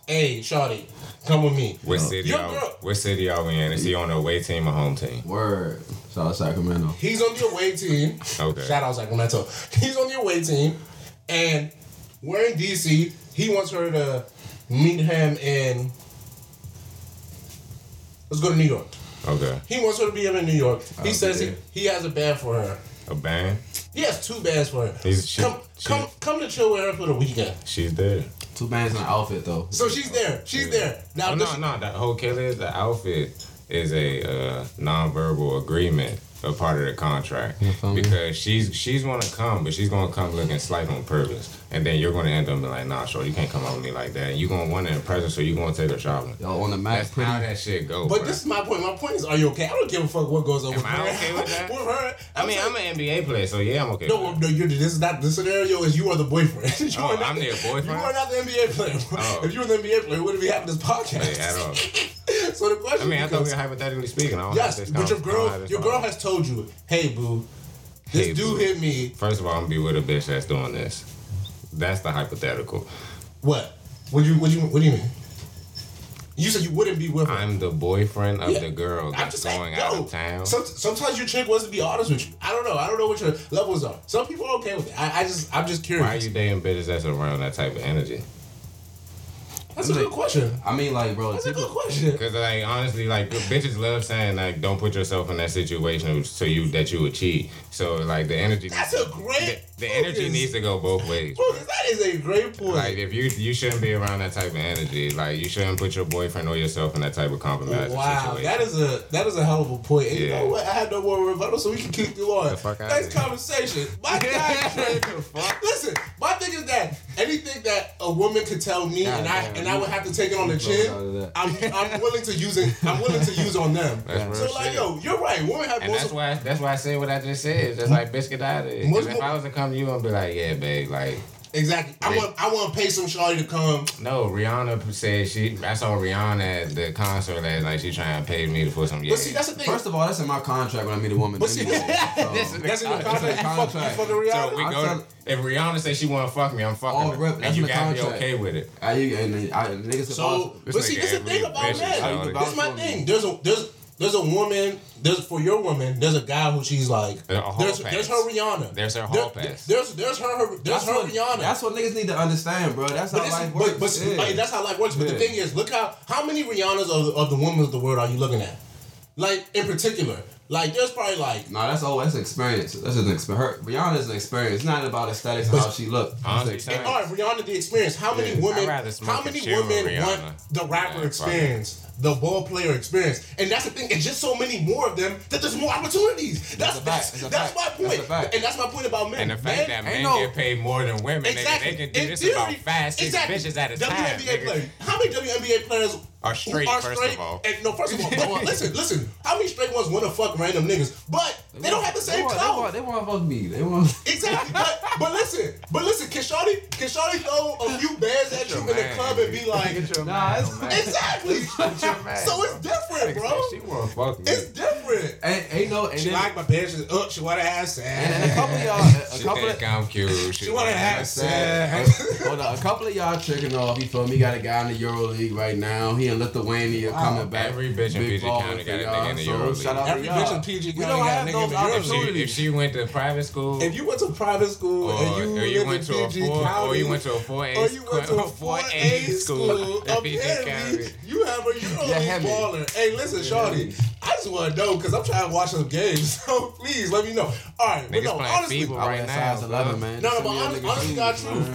Speaker 5: Hey, Shawty, come with me.
Speaker 2: what city
Speaker 5: Your
Speaker 2: y'all,
Speaker 5: girl-
Speaker 2: what city y'all in? Is he on the away team or home team?
Speaker 1: Word. Shout out Sacramento.
Speaker 5: He's on the away team.
Speaker 2: Okay.
Speaker 5: Shout out Sacramento. He's on the away team, and we're in DC. He wants her to meet him in. Let's go to New York.
Speaker 2: Okay.
Speaker 5: He wants her to be in New York. He
Speaker 2: Oh,
Speaker 1: I'll
Speaker 5: says
Speaker 1: be
Speaker 5: he,
Speaker 1: there.
Speaker 5: he has a band for her.
Speaker 2: A band?
Speaker 5: He has two bands for her.
Speaker 2: He's- she-
Speaker 5: come,
Speaker 2: she-
Speaker 5: come, come to chill with her for the weekend.
Speaker 2: She's there.
Speaker 1: Two bands in an outfit though.
Speaker 5: So she's there. She's there. Now,
Speaker 2: Oh,
Speaker 5: does
Speaker 2: no,
Speaker 5: she-
Speaker 2: no, that whole killer is the outfit is a uh, nonverbal agreement a part of the contract
Speaker 1: feel me?
Speaker 2: because she's she's gonna come, but she's gonna come looking slight on purpose, and then you're gonna end up being like, nah, sure, you can't come out with me like that. You gonna want to impress her, so you gonna take her shopping.
Speaker 1: Yo, on the Mac,
Speaker 2: That's
Speaker 1: pretty.
Speaker 2: how that shit go.
Speaker 5: But
Speaker 2: bruh.
Speaker 5: this is my point. My point is, are you okay? I don't give a fuck what goes on
Speaker 2: Am
Speaker 5: with
Speaker 2: I
Speaker 5: her.
Speaker 2: okay
Speaker 5: <laughs>
Speaker 2: with that?
Speaker 5: with her,
Speaker 2: I mean, I'm an NBA player, so yeah, I'm okay. with
Speaker 5: No,
Speaker 2: that.
Speaker 5: no, you're, this is not the scenario. Is you are the boyfriend? <laughs> you
Speaker 2: Oh,
Speaker 5: are not
Speaker 2: I'm their boyfriend?
Speaker 5: You are not the NBA player.
Speaker 2: Oh.
Speaker 5: If you were the NBA player, we wouldn't be having this podcast
Speaker 2: Yeah, at all.
Speaker 5: <laughs> So the
Speaker 2: I
Speaker 5: question.
Speaker 2: mean, I thought we
Speaker 5: becomes,
Speaker 2: were hypothetically speaking. I don't have
Speaker 5: yes,
Speaker 2: this
Speaker 5: but your
Speaker 2: con- I don't have
Speaker 5: girl,
Speaker 2: this
Speaker 5: your girl
Speaker 2: con-
Speaker 5: has told you, hey boo, this
Speaker 2: Hey,
Speaker 5: dude
Speaker 2: boo."
Speaker 5: hit me.
Speaker 2: First of all, I'm gonna be with a bitch that's doing this. That's the hypothetical.
Speaker 5: What? What you? What you? What do you mean? You said you wouldn't be with her.
Speaker 2: I'm the boyfriend of
Speaker 5: Yeah,
Speaker 2: the girl
Speaker 5: I'm
Speaker 2: that's
Speaker 5: just
Speaker 2: going
Speaker 5: saying, yo,
Speaker 2: out of town.
Speaker 5: Some, sometimes your chick wants to be honest with you. I don't know. I don't know what your levels are. Some people are okay with it. I, I just, I'm just curious.
Speaker 2: Why are you dating bitches that's around that type of energy?
Speaker 5: That's a good question.
Speaker 1: I mean, like, bro,
Speaker 5: That's a good
Speaker 1: typical-
Speaker 5: question.
Speaker 2: Because like honestly, like bitches love saying like don't put yourself in that situation so you that you would cheat. So like the energy.
Speaker 5: That's a great.
Speaker 2: the, the energy
Speaker 5: focus.
Speaker 2: needs to go both ways.
Speaker 5: Bro, that is a great point.
Speaker 2: Like if you you shouldn't be around that type of energy. Like you shouldn't put your boyfriend or yourself in that type of compromising
Speaker 5: wow,
Speaker 2: situation.
Speaker 5: that is a that is a hell of a point. And you
Speaker 2: Yeah.
Speaker 5: know what? I had no more rebuttal, so we can keep you on.
Speaker 2: The fuck outta
Speaker 5: Next
Speaker 2: here. <laughs>
Speaker 5: conversation. My guy, listen. My thing is that anything that a woman could tell me and I
Speaker 1: damn,
Speaker 5: and I would have to take it on the
Speaker 1: broke out of
Speaker 5: chin,
Speaker 1: that.
Speaker 5: I'm I'm willing to use it. I'm willing to use on them.
Speaker 2: <laughs> That's
Speaker 5: so
Speaker 2: real
Speaker 5: like,
Speaker 2: shit.
Speaker 5: yo, you're right. Women have
Speaker 2: And
Speaker 5: most.
Speaker 2: that's why that's why I said what I just said. It's just like biscuit out of it. 'Cause
Speaker 5: Most-
Speaker 2: if I was to come to you and be like, yeah, babe, like
Speaker 5: exactly. I
Speaker 2: They-
Speaker 5: want I want to pay some shawty to come.
Speaker 2: no, Rihanna said she. I saw Rihanna at the concert last night. She trying to pay me for some. Yeah,
Speaker 5: But see, that's the thing.
Speaker 1: First of all, that's in my contract when I meet a
Speaker 2: <laughs>
Speaker 1: woman.
Speaker 5: but see,
Speaker 1: anyway, so-
Speaker 5: that's in the contract. You fuck, you
Speaker 1: contract.
Speaker 5: fucking
Speaker 2: so
Speaker 5: reality.
Speaker 2: we
Speaker 1: I'm
Speaker 2: go.
Speaker 1: telling-
Speaker 2: if Rihanna says she want to fuck me, I'm fucking.
Speaker 1: All
Speaker 2: her.
Speaker 1: rep-
Speaker 2: and
Speaker 1: that's
Speaker 2: you
Speaker 1: in the
Speaker 2: gotta be
Speaker 1: contract.
Speaker 2: okay with it.
Speaker 1: I, you, and, they- I, niggas can
Speaker 5: So,
Speaker 1: bounce-
Speaker 2: This
Speaker 5: but see,
Speaker 2: nigga
Speaker 5: that's the
Speaker 2: had
Speaker 5: thing
Speaker 2: really
Speaker 5: about
Speaker 2: vicious, dog.
Speaker 5: men.
Speaker 2: He
Speaker 5: This is
Speaker 1: bounced
Speaker 5: my
Speaker 1: on
Speaker 5: thing.
Speaker 1: me.
Speaker 5: There's a there's there's a woman. There's for your woman. There's a guy who she's like.
Speaker 2: There are hall
Speaker 5: There's
Speaker 2: pass.
Speaker 5: there's her Rihanna.
Speaker 2: There's her
Speaker 5: There-
Speaker 2: hall pass.
Speaker 5: There's there's her, her there's
Speaker 1: That's
Speaker 5: her
Speaker 1: what,
Speaker 5: Rihanna.
Speaker 1: that's what niggas need to understand, bro. That's
Speaker 5: but,
Speaker 1: how
Speaker 5: this-
Speaker 1: life works.
Speaker 5: but, but see,
Speaker 1: yeah.
Speaker 5: like, that's how life works. But the
Speaker 1: Yeah.
Speaker 5: thing is, look how how many Rihannas of, of the women of the world are you looking at? Like in particular, like there's probably like
Speaker 1: Nah, that's all. That's experience. That's just an experience. Rihanna is an experience. It's not about aesthetics and how she look.
Speaker 2: Honestly,
Speaker 1: It's
Speaker 2: son,
Speaker 5: And all right, Rihanna the experience. How many
Speaker 1: Yeah.
Speaker 5: women?
Speaker 2: I'd rather smoke
Speaker 5: How
Speaker 2: a
Speaker 5: many
Speaker 2: chew with
Speaker 5: women
Speaker 2: Rihanna.
Speaker 5: want the rapper
Speaker 2: Yeah,
Speaker 5: experience, the ball player experience? And that's the thing. It's just so many more of them that there's more opportunities. That's
Speaker 1: a
Speaker 5: that's
Speaker 1: fact. It's
Speaker 5: that's,
Speaker 1: a
Speaker 5: my
Speaker 1: fact.
Speaker 5: point.
Speaker 1: That's a fact.
Speaker 5: And that's my point about men.
Speaker 2: And the fact that men
Speaker 1: no-
Speaker 2: get paid more than women, nigga,
Speaker 5: Exactly.
Speaker 2: they can do
Speaker 5: In
Speaker 2: this
Speaker 5: theory,
Speaker 2: about five, six
Speaker 5: exactly.
Speaker 2: bitches at a
Speaker 5: WNBA
Speaker 2: time. nigga.
Speaker 5: Players. How many WNBA players
Speaker 2: Are straight,
Speaker 5: who
Speaker 2: first of all.
Speaker 5: And no, first of all, but listen, listen. How many straight ones want to fuck random niggas? But they, don't have the
Speaker 1: They
Speaker 5: same
Speaker 1: want, they
Speaker 5: clout.
Speaker 1: want, they want to fuck me. They want.
Speaker 5: Exactly. But, but listen, but listen, can Shawty, can Shawty throw a few bands at you in the
Speaker 2: man,
Speaker 5: club and be like,
Speaker 1: Nah, it's
Speaker 5: exactly. so it's different, bro.
Speaker 2: She wanna fuck me.
Speaker 5: It's different.
Speaker 1: ain't, ain't no. And,
Speaker 5: She
Speaker 1: then,
Speaker 5: like my bitch. She's up. She want to have
Speaker 1: and,
Speaker 5: sex.
Speaker 1: and a couple of y'all, a
Speaker 2: She
Speaker 1: couple
Speaker 2: think
Speaker 1: of.
Speaker 2: I'm cute.
Speaker 5: She want to have
Speaker 1: Sad.
Speaker 5: sex.
Speaker 1: Uh, Hold on, a couple of y'all tricking off. You feel me? Got a guy in the EuroLeague right now. He in Lithuania coming back.
Speaker 2: Every bitch in
Speaker 1: Big
Speaker 2: PG
Speaker 1: ball for
Speaker 2: County got a
Speaker 1: y'all.
Speaker 2: nigga in the
Speaker 1: So,
Speaker 2: EuroLeague.
Speaker 1: shout out to
Speaker 5: Every
Speaker 1: y'all.
Speaker 5: bitch in PG
Speaker 1: We
Speaker 5: County
Speaker 1: don't
Speaker 5: got
Speaker 1: have
Speaker 5: a nigga
Speaker 1: those
Speaker 5: in the
Speaker 2: If she,
Speaker 5: Euro.
Speaker 2: if she went to private school,
Speaker 5: If you went to private school
Speaker 2: or,
Speaker 5: and you,
Speaker 2: or you
Speaker 5: lived
Speaker 2: went
Speaker 5: in
Speaker 2: to a
Speaker 5: PG
Speaker 2: four,
Speaker 5: County,
Speaker 2: or Oh, you went to a four A,
Speaker 5: or you went to
Speaker 2: <laughs>
Speaker 5: a four A school,
Speaker 2: in PG
Speaker 5: apparently
Speaker 2: County.
Speaker 5: you have a Euro
Speaker 1: Yeah,
Speaker 5: League
Speaker 1: have it.
Speaker 5: baller. Hey, listen, Shorty, I just want to know because I'm trying to watch some games, <laughs> so please let me know. All right, but
Speaker 2: Niggas
Speaker 5: no,
Speaker 2: playing
Speaker 5: honestly,
Speaker 2: FIBA
Speaker 1: I
Speaker 2: right
Speaker 1: wear
Speaker 2: now.
Speaker 1: size
Speaker 2: bro.
Speaker 1: 11, man.
Speaker 5: No, no,
Speaker 1: Some
Speaker 5: but
Speaker 1: of y'all
Speaker 5: honest-
Speaker 1: niggas
Speaker 5: honestly, God,
Speaker 1: huge,
Speaker 5: truth.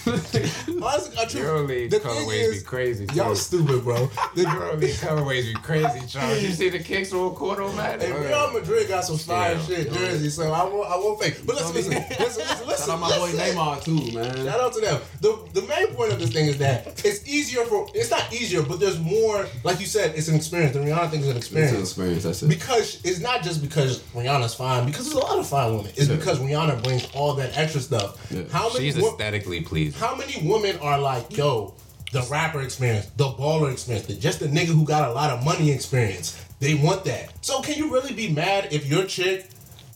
Speaker 1: man.
Speaker 5: <laughs> honestly, I truth.
Speaker 2: EuroLeague
Speaker 5: The thing
Speaker 2: colorways
Speaker 5: is,
Speaker 2: be crazy. Too.
Speaker 5: y'all stupid, bro. <laughs> The,
Speaker 2: EuroLeague colorways be crazy, Charles. You see the kicks roll quarter
Speaker 5: Hey,
Speaker 2: automatic.
Speaker 5: Real Madrid got some fire
Speaker 2: Yeah.
Speaker 5: shit jersey, so I won't, I won't fake. But listen, listen, listen, listen, listen.
Speaker 1: <laughs> Shout out my boy
Speaker 5: listen.
Speaker 1: Neymar too, man.
Speaker 5: Shout out to them. The the main point of this thing is that it's easier for it's not easier, but there's more. Like you said, it's an experience. The Rihanna thing is an
Speaker 1: It's an
Speaker 5: experience
Speaker 1: experience. That's it.
Speaker 5: because it's not just because Rihanna's fine. Because there's a lot of fine women. It's
Speaker 1: Yeah.
Speaker 5: because Rihanna brings all that extra stuff.
Speaker 1: Yeah.
Speaker 5: How many
Speaker 2: She's
Speaker 5: wo-
Speaker 2: aesthetically pleased.
Speaker 5: how many women are like yo? The rapper experience, the baller experience, the, just the nigga who got a lot of money experience. They want that. So can you really be mad if your chick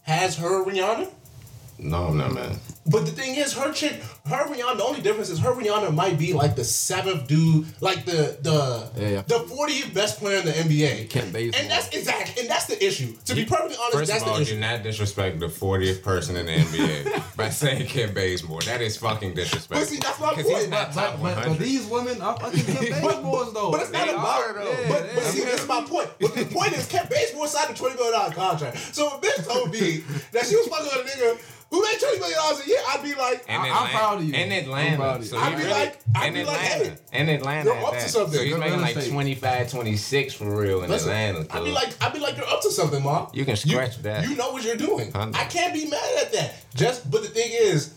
Speaker 5: has her Rihanna?
Speaker 2: No, I'm not man.
Speaker 5: But the thing is, her chick, her Rihanna. The only difference is her Rihanna might be like the seventh dude, like the the
Speaker 1: Yeah, yeah.
Speaker 5: the fortieth best player in the NBA.
Speaker 1: can't base
Speaker 5: and
Speaker 1: it
Speaker 5: that's exact. And that's the issue. To be perfectly honest,
Speaker 2: First
Speaker 5: that's
Speaker 2: of all,
Speaker 5: the
Speaker 2: do
Speaker 5: issue.
Speaker 2: not disrespect the 40th person in the NBA by saying Kim Bazemore. That is fucking disrespectful.
Speaker 5: But see, that's my
Speaker 2: 'Cause
Speaker 5: point.
Speaker 2: He's not top
Speaker 1: But, but,
Speaker 2: 100.
Speaker 1: but these women are fucking Kim
Speaker 5: <laughs>
Speaker 1: Baseballs though.
Speaker 5: But it's not
Speaker 1: They
Speaker 5: about.
Speaker 1: are, though.
Speaker 5: but but
Speaker 1: Yeah,
Speaker 5: see,
Speaker 1: yeah.
Speaker 5: this is my point. But the point is, Kent Baseball signed a twenty million dollar contract. So if a bitch told me that she was fucking with a nigga who made twenty million dollars a year, I'd be like,
Speaker 2: and
Speaker 1: I- I'm
Speaker 2: then la-
Speaker 1: proud proud of you.
Speaker 2: In
Speaker 1: I'm proud
Speaker 2: Atlanta.
Speaker 1: of you.
Speaker 2: So
Speaker 5: I'd
Speaker 2: he
Speaker 5: be
Speaker 2: really,
Speaker 5: like- I'd
Speaker 2: in
Speaker 5: be like,
Speaker 2: Atlanta. in Atlanta.
Speaker 5: you're
Speaker 2: at
Speaker 5: up to
Speaker 2: that.
Speaker 5: something.
Speaker 2: So he's
Speaker 5: You're
Speaker 2: making
Speaker 1: gonna
Speaker 2: like
Speaker 1: say-
Speaker 2: 25, 26 for real in
Speaker 5: Listen,
Speaker 2: Atlanta.
Speaker 5: I'd be
Speaker 2: cuz.
Speaker 5: like, I'd be like, you're up to something, mom.
Speaker 2: You can scratch that.
Speaker 5: You know what you're doing.
Speaker 2: I know.
Speaker 5: I can't be mad at that. Just, but the thing is,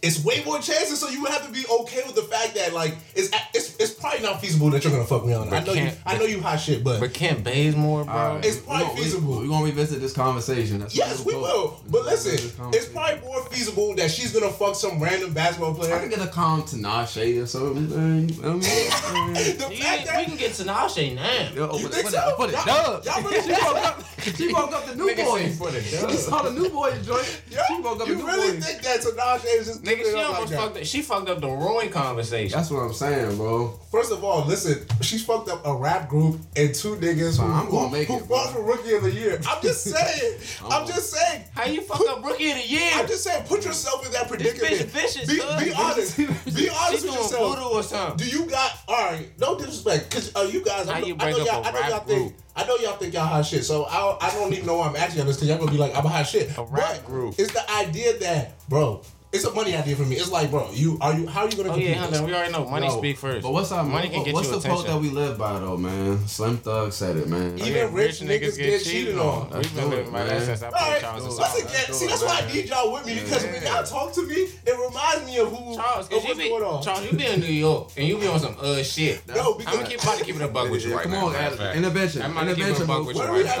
Speaker 5: it's way more chances. So you would have to be okay with the fact that, like, it's it's, it's probably not feasible that you're gonna fuck me on. I
Speaker 2: But
Speaker 5: know you,
Speaker 2: can't-
Speaker 5: I know you hot shit, but,
Speaker 2: but Kent Bazemore, bro.
Speaker 1: All right.
Speaker 5: it's probably
Speaker 1: We gonna- we-
Speaker 5: feasible.
Speaker 1: We're gonna revisit this conversation. That's
Speaker 5: yes,
Speaker 1: what
Speaker 5: we
Speaker 1: we're
Speaker 5: will.
Speaker 1: supposed-
Speaker 5: But
Speaker 1: we're gonna
Speaker 5: listen,
Speaker 1: revisit this
Speaker 5: it's
Speaker 1: conversation.
Speaker 5: probably more feasible that she's gonna fuck some random basketball
Speaker 1: I can
Speaker 5: player.
Speaker 1: get a calm Tinashe or something. man. I mean, man.
Speaker 5: <laughs> The fact
Speaker 2: we
Speaker 5: that
Speaker 2: can get Tinashe now.
Speaker 1: Yo, oh,
Speaker 5: you
Speaker 1: but-
Speaker 5: think
Speaker 1: but-
Speaker 5: so?
Speaker 1: but-
Speaker 5: Y'all, y'all really,
Speaker 1: She woke up. <laughs> She woke up the new boys.
Speaker 2: for the
Speaker 1: She saw the new boys joint. She woke
Speaker 5: yo,
Speaker 1: up
Speaker 5: you
Speaker 1: the new
Speaker 5: really
Speaker 1: boys.
Speaker 5: think that Tanache is just
Speaker 2: Nigga,
Speaker 5: giving
Speaker 2: she
Speaker 5: it up
Speaker 2: almost
Speaker 5: like that?
Speaker 2: fucked up. She fucked up the Roy conversation.
Speaker 1: That's what I'm saying, bro.
Speaker 5: First of all, listen, she fucked up a rap group and two niggas who,
Speaker 1: Nah, I'm gonna make
Speaker 5: who
Speaker 1: it,
Speaker 5: fought for rookie of the year.
Speaker 1: <laughs>
Speaker 5: I'm just saying. I'm just saying.
Speaker 2: How you fuck up Rookie of the Year?
Speaker 5: I'm just saying. Put yourself in that
Speaker 2: this bitch
Speaker 5: predicament.
Speaker 2: vicious,
Speaker 5: Be,
Speaker 2: cuz.
Speaker 5: be honest. Be honest with
Speaker 2: She's doing voodoo
Speaker 5: yourself.
Speaker 2: or something.
Speaker 5: Do you got all right? No disrespect, cause uh, you guys. I
Speaker 2: How
Speaker 5: know,
Speaker 2: you
Speaker 5: I
Speaker 2: break
Speaker 5: know
Speaker 2: up
Speaker 5: y'all.
Speaker 2: a
Speaker 5: I know
Speaker 2: rap
Speaker 5: y'all think.
Speaker 2: group?
Speaker 5: I know y'all think y'all hot shit. So I, I don't even know why I'm asking y'all this, cause y'all gonna be like, I'm hot shit.
Speaker 2: A rap
Speaker 5: But
Speaker 2: group.
Speaker 5: It's the idea that, bro. It's a money idea for me. It's like, bro, you are you? How are you gonna?
Speaker 2: Oh
Speaker 5: compete
Speaker 2: yeah,
Speaker 5: this?
Speaker 2: Hunter, we already know. Money
Speaker 1: Yo,
Speaker 2: speak first.
Speaker 1: But what's our
Speaker 2: money can
Speaker 1: what-
Speaker 2: get
Speaker 1: what's
Speaker 2: you
Speaker 1: the
Speaker 2: attention.
Speaker 1: quote that we live by though, man? Slim Thug said it, man.
Speaker 5: Even rich niggas get cheated
Speaker 2: We've
Speaker 5: on.
Speaker 2: been
Speaker 1: That's
Speaker 2: living by
Speaker 1: dope,
Speaker 2: that
Speaker 1: man.
Speaker 2: since I played
Speaker 5: Alright,
Speaker 2: Charles and
Speaker 5: once
Speaker 2: Charles.
Speaker 5: again, see that's why I need y'all with me because when y'all talk to me, it reminds me of who
Speaker 2: Charles, cause
Speaker 5: of
Speaker 2: you
Speaker 5: Oh, what's
Speaker 2: be
Speaker 5: going on.
Speaker 2: Charles, you be in New York and you be on some uh shit.
Speaker 5: No,
Speaker 2: I'm gonna
Speaker 5: because
Speaker 2: keep about to keep it a buck with you right
Speaker 1: Come
Speaker 2: now.
Speaker 1: on,
Speaker 2: matter of
Speaker 1: Adam.
Speaker 2: fact.
Speaker 1: intervention.
Speaker 2: I'm about to keep it a
Speaker 1: intervention.
Speaker 2: buck
Speaker 1: bro.
Speaker 2: with
Speaker 5: why
Speaker 2: you
Speaker 5: do
Speaker 2: right
Speaker 5: we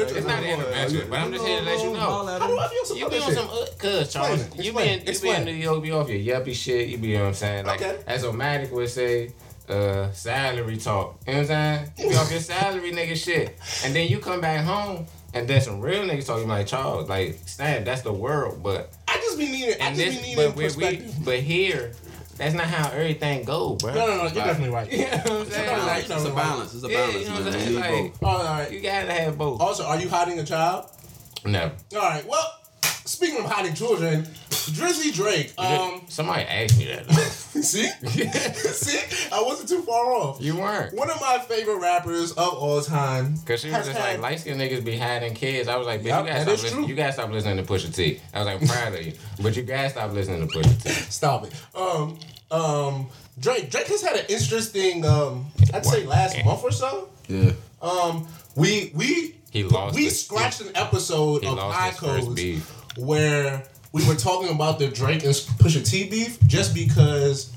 Speaker 2: now,
Speaker 5: have to be
Speaker 2: Charles.
Speaker 5: an intervention?
Speaker 2: It's not an intervention, but I'm just here to let you know.
Speaker 5: How do I feel some
Speaker 2: You
Speaker 5: other
Speaker 2: be on
Speaker 5: shit?
Speaker 2: some uh, cuz Charles,
Speaker 5: Explain it.
Speaker 2: you be in you be
Speaker 5: Explain.
Speaker 2: in New York, be off your yuppie shit. You be you know what I'm saying like
Speaker 5: Okay.
Speaker 2: as Omatic would say. Uh, salary talk. You know what I'm saying? You be off your salary nigga shit, and then you come back home, and then some real niggas talking like Charles, like Stan. That's the world, but
Speaker 5: I just be needing. I
Speaker 2: and
Speaker 5: just be
Speaker 2: this,
Speaker 5: needing
Speaker 2: but we, we, <laughs>
Speaker 5: perspective.
Speaker 2: but here, that's not how everything go, bro.
Speaker 5: No, no, no. You're definitely
Speaker 2: <laughs> You know
Speaker 5: right.
Speaker 2: what I'm saying?
Speaker 5: not-
Speaker 2: Like,
Speaker 5: you're
Speaker 1: It's a balance. It's a
Speaker 2: yeah,
Speaker 1: balance,
Speaker 2: you know what I'm
Speaker 1: man. We
Speaker 2: saying?
Speaker 1: need
Speaker 2: Like,
Speaker 1: both.
Speaker 5: All right. Oh.
Speaker 2: you gotta have both.
Speaker 5: Also, are you hiding a child?
Speaker 2: no.
Speaker 5: All right. Well, speaking of hiding children, Drizzy Drake. Um, <laughs>
Speaker 2: Somebody asked me that. <laughs>
Speaker 5: see, see, I wasn't too far off.
Speaker 2: you weren't.
Speaker 5: One of my favorite rappers of all time.
Speaker 2: Cause she was just like,
Speaker 5: Hashtag-
Speaker 2: light skinned niggas be hiding kids. I was like, bitch,
Speaker 5: Yup,
Speaker 2: you gotta
Speaker 5: that
Speaker 2: stop
Speaker 5: is
Speaker 2: listening.
Speaker 5: true.
Speaker 2: You gotta stop listening to Pusha T. I was like, proud of you, but you gotta stop listening to Pusha T.
Speaker 5: Stop it. Um, um, Drake. Drake has had an interesting. Um, I'd say last month or so.
Speaker 1: Yeah.
Speaker 5: Um, we we
Speaker 2: He lost.
Speaker 5: we
Speaker 2: his-
Speaker 5: scratched an episode
Speaker 2: He
Speaker 5: of
Speaker 2: lost
Speaker 5: High
Speaker 2: his first
Speaker 5: Codes
Speaker 2: beef.
Speaker 5: where we were talking about the Drake and Pusha T beef just because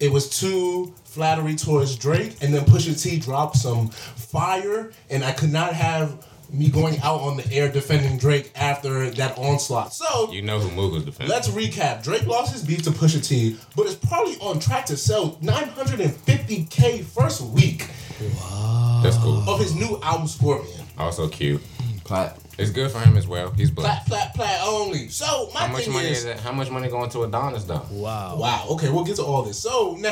Speaker 5: it was too flattery towards Drake, and then Pusha T dropped some fire, and I could not have me going out on the air defending Drake after that onslaught. So
Speaker 2: You know who Moogle's defending.
Speaker 5: Let's recap. Drake lost his beef to Pusha T, but is probably on track to sell 950k first week
Speaker 2: That's cool.
Speaker 5: of his new album Scorpion.
Speaker 2: Also cute.
Speaker 1: Clap.
Speaker 2: It's good for him as well. He's black.
Speaker 5: Flat, flat, flat only. So my
Speaker 2: How much
Speaker 5: thing
Speaker 2: money
Speaker 5: is,
Speaker 2: is that? How much money going to Adonis though?
Speaker 5: wow. Okay, we'll get to all this. So <laughs> now,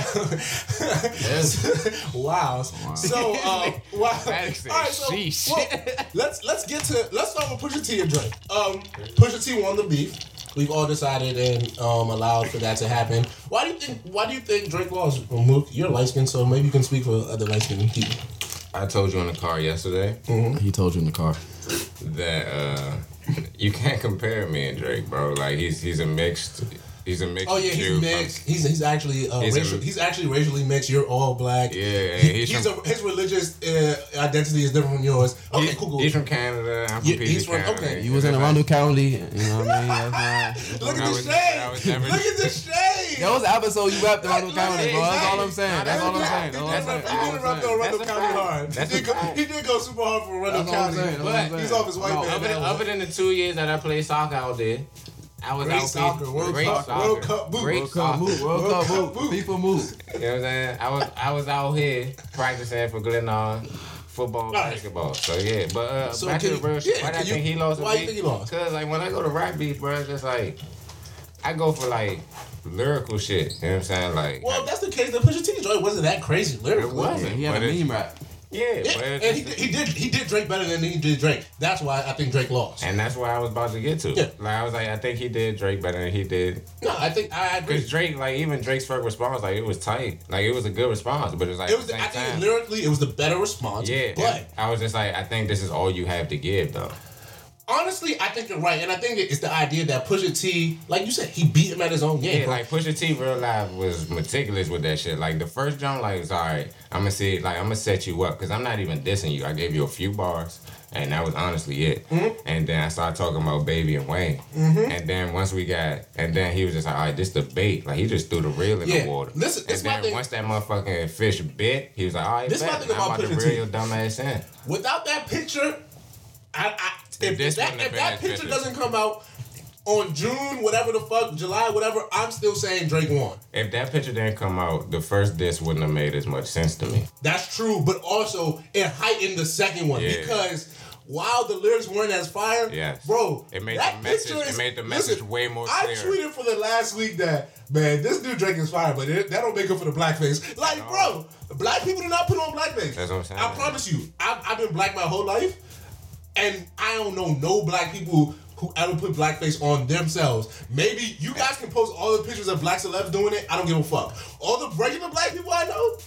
Speaker 5: <laughs> wow. So
Speaker 2: <laughs>
Speaker 5: uh, wow.
Speaker 2: Maddox
Speaker 5: All right,
Speaker 2: said,
Speaker 5: so
Speaker 2: "Sheesh."
Speaker 5: well, let's let's get to let's start with Pusha T and Drake. Um, Pusha T won the beef. We've all decided and um, allowed for that to happen. Why do you think? Why do you think Drake lost? Well, Mook, you're light skinned so maybe you can speak for other light skinned people.
Speaker 2: I told you in the car yesterday.
Speaker 1: He told you in the car.
Speaker 2: that uh <laughs> you can't compare me and Drake, bro. Like he's he's a mixed he's a mixed
Speaker 5: Oh yeah,
Speaker 2: Jew
Speaker 5: he's
Speaker 2: from-
Speaker 5: mixed. He's he's actually uh,
Speaker 2: He's a-
Speaker 5: racial, he's actually racially mixed. You're all black.
Speaker 2: Yeah, and
Speaker 5: He-
Speaker 2: he's
Speaker 5: he's
Speaker 2: from-
Speaker 5: a, his religious uh, identity is different from yours. Okay,
Speaker 2: He-
Speaker 5: cool, cool.
Speaker 2: He's from Canada. I'm from
Speaker 5: Yeah,
Speaker 2: PG
Speaker 5: he's from-
Speaker 2: County.
Speaker 5: okay.
Speaker 1: You was in Arundel County. You know what I mean? That's not.
Speaker 5: Look
Speaker 2: I
Speaker 5: at the
Speaker 2: was- I was
Speaker 5: shade.
Speaker 2: never-
Speaker 5: Look at the shade.
Speaker 1: That was the episode you rapped Arundel County, bro. That's all I'm saying. That's all I'm saying.
Speaker 5: He
Speaker 1: That's
Speaker 5: did
Speaker 1: all I'm saying.
Speaker 5: rap- he did
Speaker 1: That's all I'm
Speaker 5: rap on
Speaker 1: saying.
Speaker 5: Rundle
Speaker 2: That's a
Speaker 5: County
Speaker 2: fact.
Speaker 5: hard.
Speaker 2: That's
Speaker 5: he,
Speaker 2: a
Speaker 5: did go,
Speaker 2: fact.
Speaker 5: he did go super hard for Rundle
Speaker 1: That's all I'm
Speaker 5: County,
Speaker 1: saying. That's all I'm
Speaker 5: but he's
Speaker 1: saying.
Speaker 5: off his white
Speaker 1: No,
Speaker 5: man.
Speaker 2: Other than,
Speaker 5: now.
Speaker 2: other than the two years that I played soccer out there, I was
Speaker 5: Great
Speaker 2: out
Speaker 5: soccer,
Speaker 2: beating-
Speaker 5: World
Speaker 2: great
Speaker 5: Cup-
Speaker 2: soccer,
Speaker 5: World Cup boot.
Speaker 2: great
Speaker 5: World
Speaker 2: soccer.
Speaker 1: Move, World Cup move, FIFA move.
Speaker 2: You know what I'm saying? I was I was out here practicing for Glennon football,
Speaker 5: Right.
Speaker 2: basketball. So yeah, but uh,
Speaker 5: So
Speaker 2: back to
Speaker 5: can
Speaker 2: the
Speaker 5: you-
Speaker 2: real shit.
Speaker 5: yeah,
Speaker 2: why do I
Speaker 5: can you-
Speaker 2: think he lost?
Speaker 5: why you think he lost?
Speaker 2: Because like when I go to rap beef, bro, it's just like I go for like lyrical shit. You know what I'm saying? Like
Speaker 5: Well, if
Speaker 2: I-
Speaker 5: that's the case, then Pusha T joint wasn't that crazy
Speaker 2: it
Speaker 5: lyrically.
Speaker 2: wasn't.
Speaker 1: He had
Speaker 2: but
Speaker 1: a
Speaker 2: it's-
Speaker 1: meme rap.
Speaker 2: Yeah,
Speaker 5: Yeah,
Speaker 2: but it's
Speaker 5: and he,
Speaker 2: just-
Speaker 5: he did he did Drake better than he did Drake. That's why I think Drake lost.
Speaker 2: and that's what I was about to get to.
Speaker 5: Yeah.
Speaker 2: Like I was like, I think he did Drake better than he did
Speaker 5: No, I think I agree.
Speaker 2: because Drake, like even Drake's first response, like it was tight, like it was a good response, but it's like
Speaker 5: It was.
Speaker 2: at the
Speaker 5: I
Speaker 2: same
Speaker 5: think
Speaker 2: time,
Speaker 5: lyrically, it was the better response.
Speaker 2: yeah.
Speaker 5: but
Speaker 2: I was just like, I think this is all you have to give though.
Speaker 5: honestly, I think you're right, and I think it's the idea that Pusha T, like you said, he beat him at his own game.
Speaker 2: Yeah,
Speaker 5: bro.
Speaker 2: like Pusha T real life was meticulous with that shit. Like the first jump, like it's all right. I'm gonna see, like I'm gonna set you up because I'm not even dissing you. I gave you a few bars, and that was honestly it.
Speaker 5: Mm-hmm.
Speaker 2: And then I started talking about Baby and Wayne. And then once we got, and then he was just like, all right, this the bait. Like he just threw the reel in
Speaker 5: Yeah,
Speaker 2: the water.
Speaker 5: this- this
Speaker 2: and
Speaker 5: my
Speaker 2: then
Speaker 5: thing-
Speaker 2: once that motherfucking fish bit, he was like, all right,
Speaker 5: This my
Speaker 2: bet.
Speaker 5: thing
Speaker 2: Now I'm
Speaker 5: about
Speaker 2: about to
Speaker 5: Pusha
Speaker 2: reel
Speaker 5: T.
Speaker 2: your dumb ass in.
Speaker 5: without that picture, I, I if,
Speaker 2: This
Speaker 5: that,
Speaker 2: wouldn't have
Speaker 5: if that
Speaker 2: been
Speaker 5: picture
Speaker 2: invented.
Speaker 5: doesn't come out on June, whatever the fuck, July, whatever, I'm still saying Drake won.
Speaker 2: If that picture didn't come out, the first diss wouldn't have made as much sense to me.
Speaker 5: That's true, but also it heightened the second one
Speaker 2: Yeah.
Speaker 5: because while the lyrics weren't as fire,
Speaker 2: Yes.
Speaker 5: bro,
Speaker 2: It made
Speaker 5: that
Speaker 2: the message-
Speaker 5: picture
Speaker 2: it
Speaker 5: is-
Speaker 2: made the message
Speaker 5: listen,
Speaker 2: way more
Speaker 5: I
Speaker 2: clear.
Speaker 5: tweeted for the last week that man, this dude Drake is fire, but it, that don't make up for the blackface. Like, bro, black people do not put on blackface.
Speaker 2: That's what I'm saying.
Speaker 5: I promise you, I've, I've been black my whole life, and I don't know no black people. Who ever put blackface on themselves? Maybe you guys can post all the pictures of black celebs doing it. I don't give a fuck. All the regular black people I know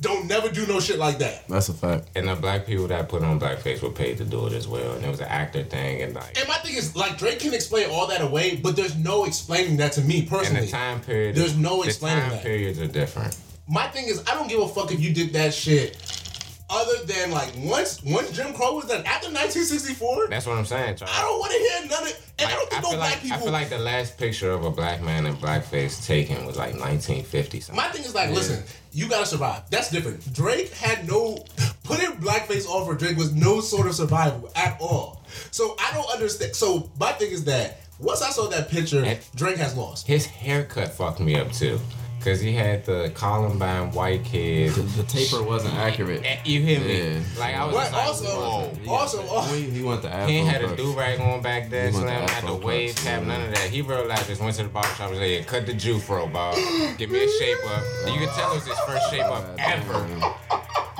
Speaker 5: don't never do no shit like that.
Speaker 8: That's a fact.
Speaker 2: And the black people that put on blackface were paid to do it as well. And it was an actor thing and like
Speaker 5: And my thing is, like, Drake can explain all that away, but there's no explaining that to me
Speaker 2: and
Speaker 5: personally.
Speaker 2: the time period
Speaker 5: There's no
Speaker 2: the
Speaker 5: explaining
Speaker 2: time
Speaker 5: that.
Speaker 2: periods are different.
Speaker 5: my thing is, I don't give a fuck if you did that shit. Other than like once once Jim Crow was done after 1964,
Speaker 2: That's what I'm saying, Charles.
Speaker 5: I don't want to hear none of. And I don't
Speaker 2: I
Speaker 5: think
Speaker 2: feel
Speaker 5: no
Speaker 2: like
Speaker 5: black people.
Speaker 2: I feel like the last picture of a black man in blackface taken was like 1950 something.
Speaker 5: my thing is like, listen, you gotta survive. That's different. Drake had no putting blackface on for Drake was no sort of survival at all. So I don't understand. So my thing is that once I saw that picture,
Speaker 2: And-
Speaker 5: Drake has lost.
Speaker 2: His haircut fucked me up too, cause he had the Columbine white
Speaker 5: <laughs>
Speaker 2: kid.
Speaker 1: The taper wasn't accurate.
Speaker 2: Eh, you hear me?
Speaker 1: Yeah.
Speaker 2: Like I was
Speaker 5: But
Speaker 2: just like,
Speaker 5: also,
Speaker 2: whoa.
Speaker 5: also, also,
Speaker 1: He, he went the afro.
Speaker 2: He ain't had a
Speaker 1: first.
Speaker 2: do rag on back then,
Speaker 1: He went
Speaker 2: slam,
Speaker 1: to
Speaker 2: had the
Speaker 1: Afro
Speaker 2: wave
Speaker 1: cuts,
Speaker 2: cap,
Speaker 1: yeah.
Speaker 2: none of that. He realized just went to the barber shop and said, yeah, cut the Jufro,
Speaker 5: <gasps>
Speaker 2: Bob. Give me a shape up. And you can tell it was his first shape up ever.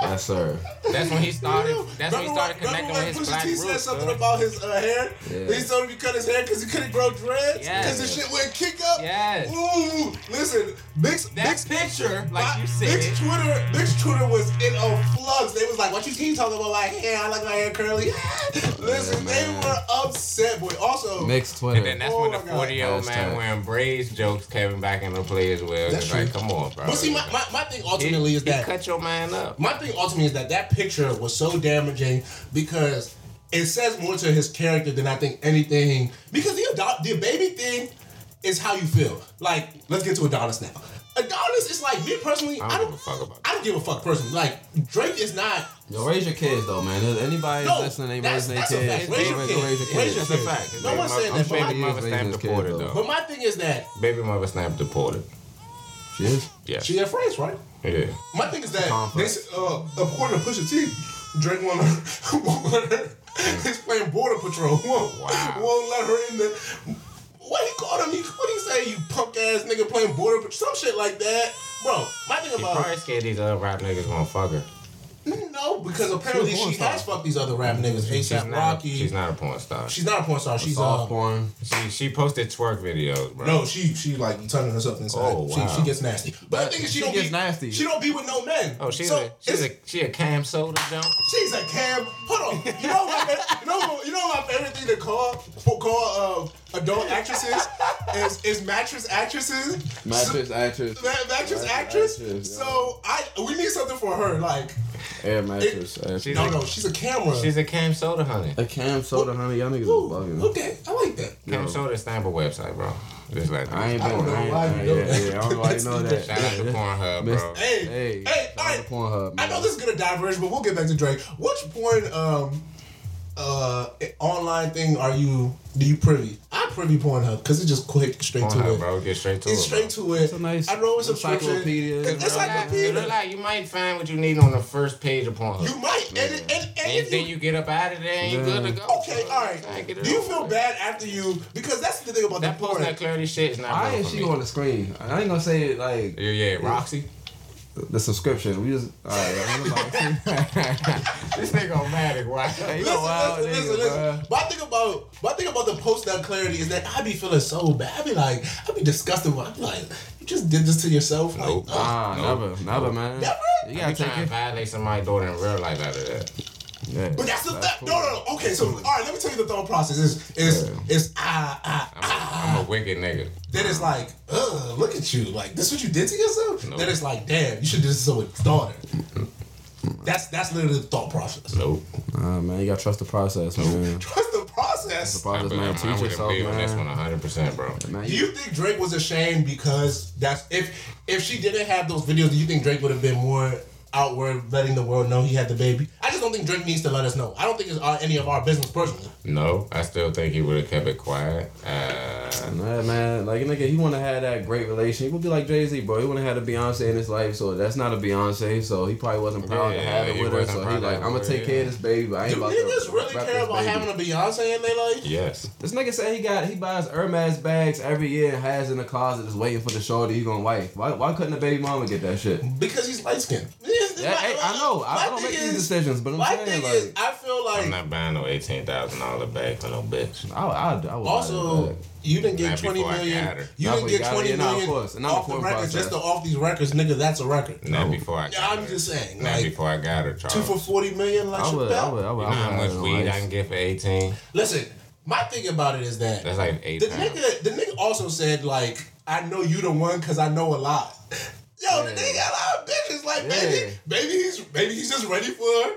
Speaker 1: Yes, sir.
Speaker 2: That's when he started. That's when he
Speaker 5: Remember
Speaker 2: started
Speaker 5: when-
Speaker 2: connecting
Speaker 5: remember
Speaker 2: with
Speaker 5: when
Speaker 2: his black
Speaker 5: Pusha T said
Speaker 2: roots.
Speaker 5: something
Speaker 2: huh?
Speaker 5: about his uh, hair.
Speaker 1: Yeah.
Speaker 5: He told him he cut his hair because he couldn't grow dreads because
Speaker 2: Yes.
Speaker 5: the shit went kick up.
Speaker 2: Yes.
Speaker 5: Ooh, listen, Mix,
Speaker 2: That
Speaker 5: Mix,
Speaker 2: picture,
Speaker 5: my-
Speaker 2: like you said,
Speaker 5: Mix Twitter, Mix Twitter was in a flux. They was like, "What you keep talking about my hair? I like my hair curly." <laughs> listen, they were upset, boy. Also,
Speaker 1: Mixed
Speaker 2: and
Speaker 1: Twitter.
Speaker 2: then that's
Speaker 5: Oh
Speaker 2: when the
Speaker 5: my God.
Speaker 2: forty year old man
Speaker 1: Hashtag.
Speaker 2: wearing braids jokes came back into play as well.
Speaker 5: That's
Speaker 2: It's like, come on, bro.
Speaker 5: but see, my, my, my thing
Speaker 2: He-
Speaker 5: ultimately is
Speaker 2: he
Speaker 5: that
Speaker 2: cut your man up.
Speaker 5: My thing ultimately is that that picture was so damaging because it says more to his character than I think anything. Because the adopt the baby thing is how you feel. Like, let's get to Adonis now. Adonis is like me personally. I
Speaker 2: I
Speaker 5: don't,
Speaker 2: don't give a fuck about
Speaker 5: I don't give a fuck personally. Like Drake is not.
Speaker 1: Yo, raise your kids though, man. If anybody
Speaker 5: No,
Speaker 1: listening, they raise
Speaker 5: that's-
Speaker 1: their
Speaker 5: that's a
Speaker 1: kids.
Speaker 5: fact. Raise your
Speaker 1: Go Raise your
Speaker 5: kids. Raise
Speaker 1: kids.
Speaker 5: your
Speaker 2: That's a fact.
Speaker 5: No one's saying that, but
Speaker 2: Baby
Speaker 5: my-
Speaker 2: mother stamped
Speaker 1: Raising
Speaker 2: deported
Speaker 1: his kid,
Speaker 2: though.
Speaker 5: But my thing is that
Speaker 2: Baby mother stamped deported.
Speaker 1: She is.
Speaker 2: Yeah.
Speaker 5: she had friends, right?
Speaker 2: Yeah.
Speaker 5: My thing is that
Speaker 1: Conflict.
Speaker 5: this, uh, according to Pusha T, Drake won't let her. <laughs> He's playing border patrol. Won't,
Speaker 2: Mm. Wow.
Speaker 5: won't let her in the. What he called him? He, what he say? You punk ass nigga playing border patrol? Some shit like that, bro. My thing
Speaker 2: He
Speaker 5: about
Speaker 2: probably scared these other rap niggas gonna fuck her.
Speaker 5: no, because apparently she,
Speaker 1: porn star.
Speaker 5: has fucked these other rap niggas.
Speaker 2: She's
Speaker 5: ASAP
Speaker 2: not,
Speaker 5: Rocky.
Speaker 2: she's not a porn star.
Speaker 5: She's not a porn star. She's
Speaker 1: Soft
Speaker 5: uh,
Speaker 1: porn.
Speaker 2: She she posted twerk videos, bro.
Speaker 5: no, she she like turning herself inside.
Speaker 2: Oh,
Speaker 5: she,
Speaker 2: wow.
Speaker 5: she gets nasty. But the thing is, she,
Speaker 1: She
Speaker 5: don't
Speaker 1: gets
Speaker 5: be
Speaker 1: nasty.
Speaker 5: She don't be with no men.
Speaker 2: Oh, she's
Speaker 5: So,
Speaker 2: a she's
Speaker 5: it's-
Speaker 2: a she a cam soda jump.
Speaker 5: She's a cam. Hold on. You know my fa- you know you know my favorite thing to call for call uh, adult actresses is is mattress actresses.
Speaker 8: Mattress actress,
Speaker 5: Ma- mattress
Speaker 8: Mattress actress,
Speaker 5: actress.
Speaker 8: yeah.
Speaker 5: So I we need something for her. Like
Speaker 8: air mattress. actress.
Speaker 2: She's
Speaker 5: no
Speaker 2: a,
Speaker 5: no she's a camera.
Speaker 2: she's a cam soda honey.
Speaker 8: A cam soda, honey. Y'all niggas
Speaker 5: Ooh,
Speaker 8: is bugging.
Speaker 5: okay, I like that.
Speaker 2: Cam soda is Stamper website, bro. Just like
Speaker 8: I ain't
Speaker 5: I
Speaker 8: been.
Speaker 5: don't know
Speaker 8: I ain't,
Speaker 5: why
Speaker 8: I
Speaker 5: you
Speaker 8: ain't,
Speaker 5: know
Speaker 8: yeah,
Speaker 5: that.
Speaker 8: yeah, I don't know why you know that.
Speaker 2: shout out to Pornhub, bro.
Speaker 5: Hey
Speaker 8: Hey,
Speaker 5: hey,
Speaker 8: shout out to
Speaker 5: all right.
Speaker 8: Pornhub,
Speaker 5: I know
Speaker 8: man.
Speaker 5: this is gonna diverge, but we'll get back to Drake. Which porn um uh online thing are you do you privy? I privy Pornhub because it's just quick straight to
Speaker 2: Pornhub,
Speaker 5: it.
Speaker 2: bro. Get straight to
Speaker 5: It's
Speaker 2: it.
Speaker 5: straight to it.
Speaker 1: It's a nice
Speaker 5: I roll a subscription.
Speaker 1: encyclopedia.
Speaker 5: It's
Speaker 2: It's like,
Speaker 5: encyclopedia.
Speaker 2: you might find what you need on the first page of Pornhub.
Speaker 5: You might, and, and, and,
Speaker 2: and
Speaker 5: if
Speaker 2: then you get up out of there and you good to go.
Speaker 5: Okay, all
Speaker 2: Try
Speaker 5: right.
Speaker 2: and get it
Speaker 5: Do you
Speaker 2: over
Speaker 5: feel
Speaker 2: with.
Speaker 5: bad after you? Because that's the thing about
Speaker 2: That
Speaker 5: the
Speaker 2: post
Speaker 5: porn.
Speaker 2: that clarity shit is not
Speaker 1: Why
Speaker 2: real
Speaker 1: is
Speaker 2: for
Speaker 1: she
Speaker 2: me.
Speaker 1: on the screen? I ain't gonna say it like
Speaker 2: Yeah, yeah, Roxy.
Speaker 1: the subscription. We just all right. I'm about
Speaker 2: this nigga on Matic, right?
Speaker 1: you
Speaker 5: Listen,
Speaker 1: know, wild
Speaker 5: listen, listen,
Speaker 1: nigga,
Speaker 5: listen. My thing about my thing about the post that clarity is that I be feeling so bad. I be like, I be disgusted. I be like, you just did this to yourself. Like, uh.
Speaker 2: Nope.
Speaker 5: ugh.
Speaker 1: ah, never, never, man.
Speaker 5: Never?
Speaker 1: You
Speaker 2: You
Speaker 1: gotta
Speaker 2: trying
Speaker 1: take
Speaker 2: to
Speaker 1: it.
Speaker 2: violate somebody's daughter in real life out of that.
Speaker 1: Yeah.
Speaker 5: But that's the
Speaker 1: That's
Speaker 5: fact. No, no, no. Okay, so all right, let me tell you the thought process. Is is is ah ah
Speaker 2: I'm
Speaker 5: ah.
Speaker 2: a, I'm a wicked nigga.
Speaker 5: Then it's like, ugh, look at you. Like this, what you did to yourself.
Speaker 2: No.
Speaker 5: Then it's like, damn, you should do this to your daughter.
Speaker 1: Mm-hmm.
Speaker 5: That's that's literally the thought process. <laughs>
Speaker 2: Nope.
Speaker 1: Nah, man, you gotta trust the process, man.
Speaker 5: Trust the process.
Speaker 2: I,
Speaker 1: Process,
Speaker 2: feel
Speaker 1: man.
Speaker 2: like
Speaker 1: Teach
Speaker 2: I would
Speaker 1: yourself,
Speaker 2: agree on this one
Speaker 1: man.
Speaker 2: 100%, bro.
Speaker 1: Man,
Speaker 5: Do
Speaker 1: you-
Speaker 5: you think Drake was ashamed because that's if if she didn't have those videos, do you think Drake would have been more outward, letting the world know he had the baby? I just don't think Drake needs to let us know. I don't think it's our, any of our business personally.
Speaker 2: No, I still think he would have kept it quiet. Uh,
Speaker 1: Nah, man, like nigga, he wanna have that great relation. He would be like Jay Z, bro. He wanna have a Beyonce in his life, so that's not a Beyonce. So he probably wasn't proud to
Speaker 2: Yeah,
Speaker 1: have it
Speaker 2: he
Speaker 1: with her.
Speaker 2: wasn't
Speaker 1: So he
Speaker 2: proud to
Speaker 1: like,
Speaker 2: have
Speaker 1: I'm
Speaker 2: her,
Speaker 1: gonna take
Speaker 2: yeah.
Speaker 1: care of this baby, but I ain't
Speaker 5: Do
Speaker 1: about
Speaker 5: niggas
Speaker 1: to
Speaker 5: really
Speaker 1: uh, rap
Speaker 5: care
Speaker 1: this
Speaker 5: about
Speaker 1: baby.
Speaker 5: having a Beyonce in their life?
Speaker 2: yes.
Speaker 1: This nigga said he got he buys Hermes bags every year and has in the closet, just waiting for the shorty he gonna wife. Why why couldn't the baby mama get that shit?
Speaker 5: Because he's light <laughs> skinned.
Speaker 1: Yeah, hey, I know. I, I don't make these decisions, but I'm
Speaker 5: My
Speaker 1: saying
Speaker 5: thing
Speaker 1: like,
Speaker 5: is, I feel
Speaker 2: I'm
Speaker 5: like
Speaker 2: not buying no $18,000 bag for no bitch.
Speaker 1: I, I, I would buy that
Speaker 5: also
Speaker 1: bag.
Speaker 5: you didn't get
Speaker 2: Not
Speaker 5: twenty
Speaker 2: before I got
Speaker 5: million.
Speaker 2: her.
Speaker 5: You
Speaker 1: Not
Speaker 5: didn't
Speaker 1: when you
Speaker 5: get
Speaker 1: got her,
Speaker 5: twenty
Speaker 1: yeah, nah, of
Speaker 5: million
Speaker 1: course. Not
Speaker 5: off the
Speaker 1: before
Speaker 5: record
Speaker 1: process.
Speaker 5: just to off these records, nigga. That's a record.
Speaker 2: Not before I got
Speaker 5: Yeah, I'm
Speaker 2: her.
Speaker 5: just saying,
Speaker 2: Not
Speaker 5: like,
Speaker 2: before I got her, Charles.
Speaker 5: Two for forty million, like
Speaker 1: I would, I would, I
Speaker 5: Chappelle.
Speaker 1: would, I would
Speaker 2: You know how
Speaker 1: have
Speaker 2: much
Speaker 1: it on
Speaker 2: weed I
Speaker 1: ice.
Speaker 2: can get for 18?
Speaker 5: Listen, my thing about it is that
Speaker 2: That's like eight
Speaker 5: the
Speaker 2: pounds.
Speaker 5: nigga, the nigga also said like, I know you the one because I know a lot. Yo, the nigga got a lot of bitches. Like maybe,
Speaker 1: Yeah.
Speaker 5: maybe he's maybe he's just ready for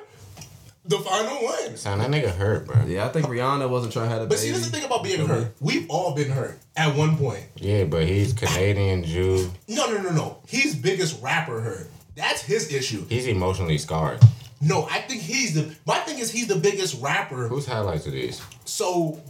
Speaker 5: the final one.
Speaker 2: Son, that nigga hurt, bro. Yeah.
Speaker 1: Yeah, I think Rihanna wasn't trying to have a
Speaker 5: But
Speaker 1: baby.
Speaker 5: see, that's the thing about being hurt. We've all been hurt at one point.
Speaker 2: but he's Canadian Jew.
Speaker 5: No, no, no, no. He's biggest rapper hurt. That's his issue.
Speaker 2: He's emotionally scarred.
Speaker 5: No, I think he's the. My thing is he's the biggest rapper.
Speaker 2: Whose highlights are these?
Speaker 5: So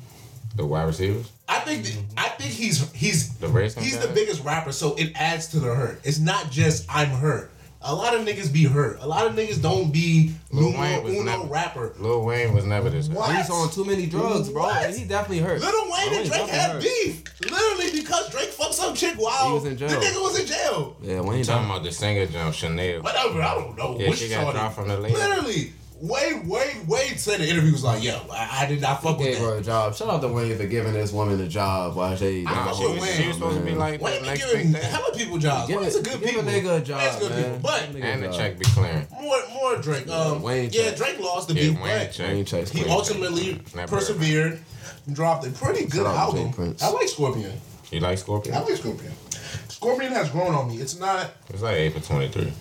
Speaker 2: The wide receivers?
Speaker 5: I think th- I think he's he's
Speaker 2: The racing
Speaker 5: he's
Speaker 2: guy?
Speaker 5: the biggest rapper. So it adds to the hurt. It's not just I'm hurt. A lot of niggas be hurt. A lot of niggas don't be
Speaker 2: Lil
Speaker 5: numero
Speaker 2: Wayne was
Speaker 5: uno
Speaker 2: never-
Speaker 5: rapper.
Speaker 2: Lil Wayne was never this hurt.
Speaker 5: What?
Speaker 1: He's on too many drugs, bro.
Speaker 5: What?
Speaker 1: And he definitely hurt.
Speaker 5: Little Wayne
Speaker 1: Bro,
Speaker 5: and
Speaker 1: he
Speaker 5: Drake
Speaker 1: definitely
Speaker 5: had
Speaker 1: hurt.
Speaker 5: beef, literally because Drake fucked some chick while
Speaker 1: He was in jail.
Speaker 5: the nigga was in jail.
Speaker 1: Yeah, Wayne
Speaker 2: You talking
Speaker 1: done.
Speaker 2: about the singer jump, Chanel.
Speaker 5: Whatever, I don't know.
Speaker 2: Yeah,
Speaker 5: which
Speaker 2: she got
Speaker 5: shorty.
Speaker 2: dropped from the label.
Speaker 5: Literally, Wade Wade Wade said in the interview was like, "Yo, I, I did not fuck with
Speaker 1: Gave her
Speaker 5: that."
Speaker 1: a job. Shout out to Wayne for giving this woman a job while she.
Speaker 5: I
Speaker 2: Nah,
Speaker 5: fuck
Speaker 2: she,
Speaker 5: with
Speaker 2: was, she
Speaker 5: Wayne.
Speaker 2: was supposed to be like
Speaker 5: Wayne
Speaker 2: the
Speaker 5: be
Speaker 2: next big
Speaker 5: giving
Speaker 2: thing.
Speaker 5: hella people jobs.
Speaker 1: Give,
Speaker 5: Wayne's a
Speaker 1: it,
Speaker 5: good
Speaker 1: give a
Speaker 5: people.
Speaker 1: nigga a
Speaker 5: Wayne's
Speaker 1: job,
Speaker 5: good people,
Speaker 1: man.
Speaker 5: but
Speaker 1: Give a nigga a
Speaker 2: And the
Speaker 1: job.
Speaker 2: check be clearing.
Speaker 5: More, more Drake. Um,
Speaker 1: Wayne
Speaker 5: yeah,
Speaker 1: Drake.
Speaker 5: Drake lost the
Speaker 2: Yeah,
Speaker 5: beat,
Speaker 2: Wayne
Speaker 5: but
Speaker 2: check.
Speaker 1: Wayne checks
Speaker 5: he
Speaker 1: Wayne
Speaker 5: ultimately
Speaker 2: Never.
Speaker 5: persevered, and dropped a pretty good
Speaker 1: Shout out to Jay
Speaker 5: album.
Speaker 1: Prince.
Speaker 5: I like Scorpion.
Speaker 2: You like
Speaker 5: I
Speaker 2: Scorpion?
Speaker 5: like Scorpion. Scorpion has grown on me. It's not.
Speaker 2: It's like 8 for 23,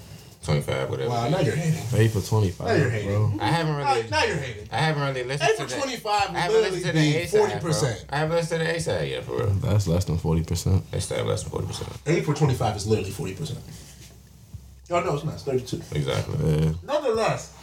Speaker 2: 25, whatever.
Speaker 5: Wow,
Speaker 2: it
Speaker 5: now
Speaker 2: is.
Speaker 5: you're hating.
Speaker 1: Eight for
Speaker 5: Now you're
Speaker 1: twenty-five,
Speaker 5: hating.
Speaker 1: bro.
Speaker 2: I haven't
Speaker 5: Now,
Speaker 2: really.
Speaker 5: now you're hating.
Speaker 2: I haven't really listened
Speaker 5: Eight
Speaker 2: to
Speaker 5: for
Speaker 2: that.
Speaker 5: 25 would
Speaker 2: I haven't listened to
Speaker 5: literally
Speaker 2: the
Speaker 5: be
Speaker 2: A side.
Speaker 5: 40%.
Speaker 2: 40%. I haven't listened to the A side yet, for real.
Speaker 1: That's less than forty percent.
Speaker 2: It's that less than 40%.
Speaker 5: Eight for twenty-five is literally forty percent. Oh no, it's not. It's thirty-two.
Speaker 2: Exactly.
Speaker 1: Yeah.
Speaker 5: Nonetheless,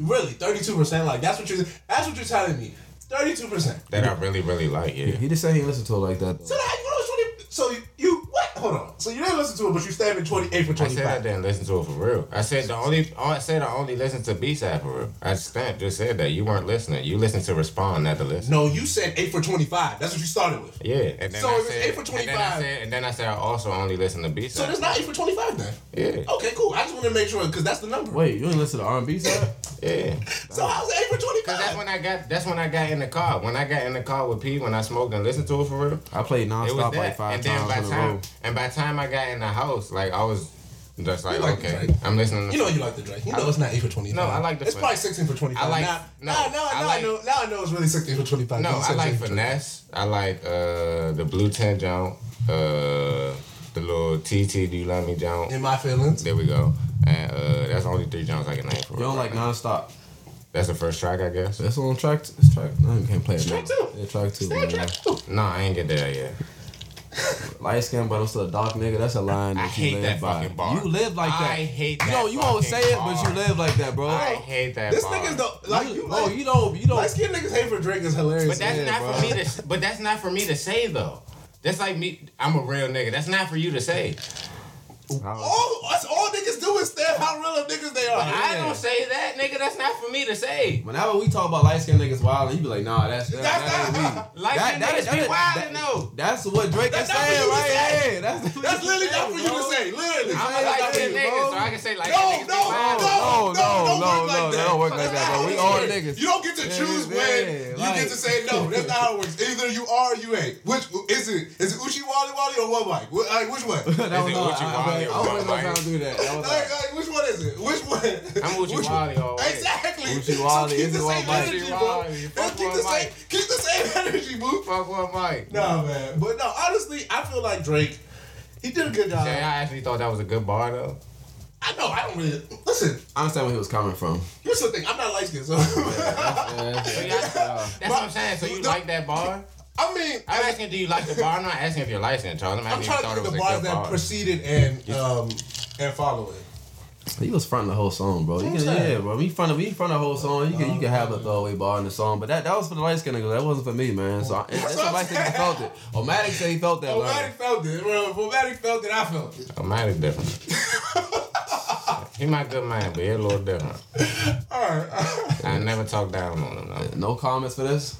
Speaker 5: really, thirty-two percent. Like that's what you're. That's what you're telling me. Thirty-two percent.
Speaker 2: That I really, really like, yeah.
Speaker 1: He just said he listened to it like that.
Speaker 5: So
Speaker 1: Though.
Speaker 5: that you know it's 20, So you, you what? Hold on. So you didn't listen to it, but you stabbed in twenty eight for
Speaker 2: I
Speaker 5: twenty
Speaker 2: said I
Speaker 5: five.
Speaker 2: didn't listen to it for real. I said the only oh, I said I only listened to B side for real. I stamped just said that you weren't listening. You listened to respond, not to listen.
Speaker 5: No, you said eight for twenty five. That's what you started with.
Speaker 2: Yeah, and then
Speaker 5: So
Speaker 2: I
Speaker 5: it was
Speaker 2: said,
Speaker 5: eight for
Speaker 2: And then I
Speaker 5: 25.
Speaker 2: said, and then I said I also only listen to B
Speaker 5: So
Speaker 2: side.
Speaker 5: that's not eight for twenty five then.
Speaker 2: yeah,
Speaker 5: Okay, cool. I just want to make sure because that's the number.
Speaker 1: Wait, you didn't listen to R and B side?
Speaker 2: yeah.
Speaker 5: So I was eight for twenty
Speaker 2: Cause that's
Speaker 5: five.
Speaker 2: when I got that's when I got in the car. When I got in the car with P, when I smoked and listened to it for real,
Speaker 1: I played
Speaker 2: it was
Speaker 1: nonstop
Speaker 2: that.
Speaker 1: like five
Speaker 2: and then by
Speaker 1: times in a row.
Speaker 2: time and by time I got in the house, like I was just like,
Speaker 5: like
Speaker 2: okay,
Speaker 5: Drake.
Speaker 2: I'm listening. To
Speaker 5: You know you like the Drake. You know it's not eight for twenty five.
Speaker 2: No, I like the
Speaker 5: It's
Speaker 2: Drake.
Speaker 5: probably sixteen for twenty five.
Speaker 2: I like-
Speaker 5: now,
Speaker 2: no,
Speaker 5: now, now,
Speaker 2: I
Speaker 5: now I
Speaker 2: like-
Speaker 5: know. Now I know it's really sixteen for twenty five.
Speaker 2: No, I like finesse. I like uh, the blue tint jump, uh, the little TT. Do you love me jump?
Speaker 5: In my feelings.
Speaker 2: There we go. And uh, that's the only three jumps I can name for.
Speaker 1: You don't like nonstop.
Speaker 2: That's the first track, I guess.
Speaker 1: That's on track. T- it's track. No, you can't play it. man.
Speaker 5: Track two.
Speaker 1: Yeah, track two.
Speaker 5: Stand
Speaker 1: Man.
Speaker 5: track too.
Speaker 2: No, I ain't get there yet.
Speaker 1: Light skin, but I'm still a dark nigga. That's a line that
Speaker 2: I
Speaker 1: you
Speaker 2: hate
Speaker 1: live
Speaker 2: that
Speaker 1: by.
Speaker 2: fucking bar.
Speaker 1: You live like that.
Speaker 2: I hate
Speaker 1: You
Speaker 2: that
Speaker 1: know, you won't say
Speaker 2: fucking
Speaker 1: it,
Speaker 2: bar.
Speaker 1: but you live like that, bro.
Speaker 2: I hate that.
Speaker 5: This
Speaker 2: bar.
Speaker 5: nigga's the like you.
Speaker 1: bro,
Speaker 5: like,
Speaker 1: you don't, you
Speaker 5: Light
Speaker 1: don't.
Speaker 5: skinned niggas hate for Drake is hilarious.
Speaker 2: But that's
Speaker 1: Yeah,
Speaker 2: not
Speaker 1: bro.
Speaker 2: for me to. But that's not for me to say though. That's like me. I'm a real nigga. That's not for you to say.
Speaker 5: All us all niggas do is stand how real of niggas they are.
Speaker 2: I don't say that, nigga. That's not for me to say.
Speaker 1: Whenever we talk about light skin niggas wild, you be like, nah, that's that,
Speaker 5: That's
Speaker 1: that ain't
Speaker 5: not-
Speaker 1: me.
Speaker 2: <laughs> Like
Speaker 1: That-
Speaker 2: that,
Speaker 1: that-
Speaker 2: niggas be
Speaker 1: that-
Speaker 2: wild
Speaker 1: that-
Speaker 2: and know.
Speaker 1: That's what Drake
Speaker 5: That's
Speaker 1: is
Speaker 5: not
Speaker 1: saying
Speaker 5: what you
Speaker 1: right
Speaker 5: said.
Speaker 1: here. That's,
Speaker 5: That's literally not for you to say.
Speaker 2: I'm
Speaker 5: Literally.
Speaker 2: a
Speaker 1: That's
Speaker 2: light
Speaker 1: not
Speaker 2: skinned
Speaker 1: me,
Speaker 2: nigga,
Speaker 1: bro.
Speaker 2: so I can say say like
Speaker 5: No,
Speaker 2: niggas be
Speaker 5: no,
Speaker 2: wild.
Speaker 5: no, no,
Speaker 1: no, no,
Speaker 5: don't work like
Speaker 1: no,
Speaker 5: that.
Speaker 1: that don't work like
Speaker 5: That's
Speaker 1: that,
Speaker 5: not
Speaker 1: bro.
Speaker 5: how
Speaker 1: We
Speaker 5: this
Speaker 1: all
Speaker 5: works.
Speaker 1: niggas.
Speaker 5: You don't get to choose
Speaker 1: yeah,
Speaker 5: when you
Speaker 1: like-
Speaker 5: get to say no. That's not how it works. Either you are or you ain't. Which is it? Is it Uchi Wally Wally or what like? Wh- like, which one?
Speaker 1: <laughs>
Speaker 5: like,
Speaker 1: That was
Speaker 2: Is it
Speaker 1: all-
Speaker 2: Uchi
Speaker 1: I-
Speaker 2: Wally
Speaker 1: I- I
Speaker 2: or
Speaker 1: don't really know
Speaker 2: Wally?
Speaker 1: how to do that. That was like,
Speaker 5: like, which one is it? Which one?
Speaker 2: I'm Uchi
Speaker 5: Which-
Speaker 2: Wally all the way.
Speaker 5: Exactly.
Speaker 1: Uchi
Speaker 5: So
Speaker 1: Wally,
Speaker 5: keep
Speaker 1: is
Speaker 5: the
Speaker 1: it one
Speaker 5: same
Speaker 1: mic?
Speaker 5: energy,
Speaker 2: Uchi
Speaker 5: bro.
Speaker 2: Wally,
Speaker 5: Keep
Speaker 2: fuck
Speaker 5: the
Speaker 2: one
Speaker 5: same.
Speaker 2: mic.
Speaker 5: Keep the same <laughs> energy, boo.
Speaker 2: Fuck with Mike.
Speaker 5: Nah, man. But no, honestly, I feel like Drake. He did a good job.
Speaker 2: Damn, I actually thought that was a good bar though.
Speaker 5: I know. I don't really listen.
Speaker 1: I understand where he was coming
Speaker 2: <laughs>
Speaker 1: from.
Speaker 5: Here's the thing. I'm not light skinned, so
Speaker 2: So y'all- that's what I'm saying. So you
Speaker 5: No.
Speaker 2: like that bar?
Speaker 5: <laughs> I mean,
Speaker 2: I'm asking, do you like the bar? I'm not asking if you're licensed, Charles. I'm
Speaker 5: I'm
Speaker 2: asking if
Speaker 5: trying
Speaker 2: you
Speaker 5: to
Speaker 2: thought it
Speaker 5: think
Speaker 2: was a
Speaker 5: of the
Speaker 2: good
Speaker 5: bars that
Speaker 2: bar.
Speaker 5: preceded and um and follow it.
Speaker 1: He was fronting the whole song, bro. You
Speaker 5: That's
Speaker 1: can,
Speaker 5: what I'm
Speaker 1: yeah,
Speaker 5: saying.
Speaker 1: bro. He fronted, he fronted the whole song. You can, you can have a throwaway bar in the song, but that, that was for the light skinned niggas. That wasn't for me, man. So I, it, that's
Speaker 5: what
Speaker 1: the
Speaker 5: I'm
Speaker 1: light skinned nigga felt it. Omatic said he felt that.
Speaker 5: Romantic
Speaker 1: Like,
Speaker 5: felt it. Well, Romantic felt it. I felt it.
Speaker 2: Oh, mine is
Speaker 5: <laughs>
Speaker 2: different. he might good man, but he a little different.
Speaker 5: All right.
Speaker 2: I never talk down on him though.
Speaker 1: no comments for this.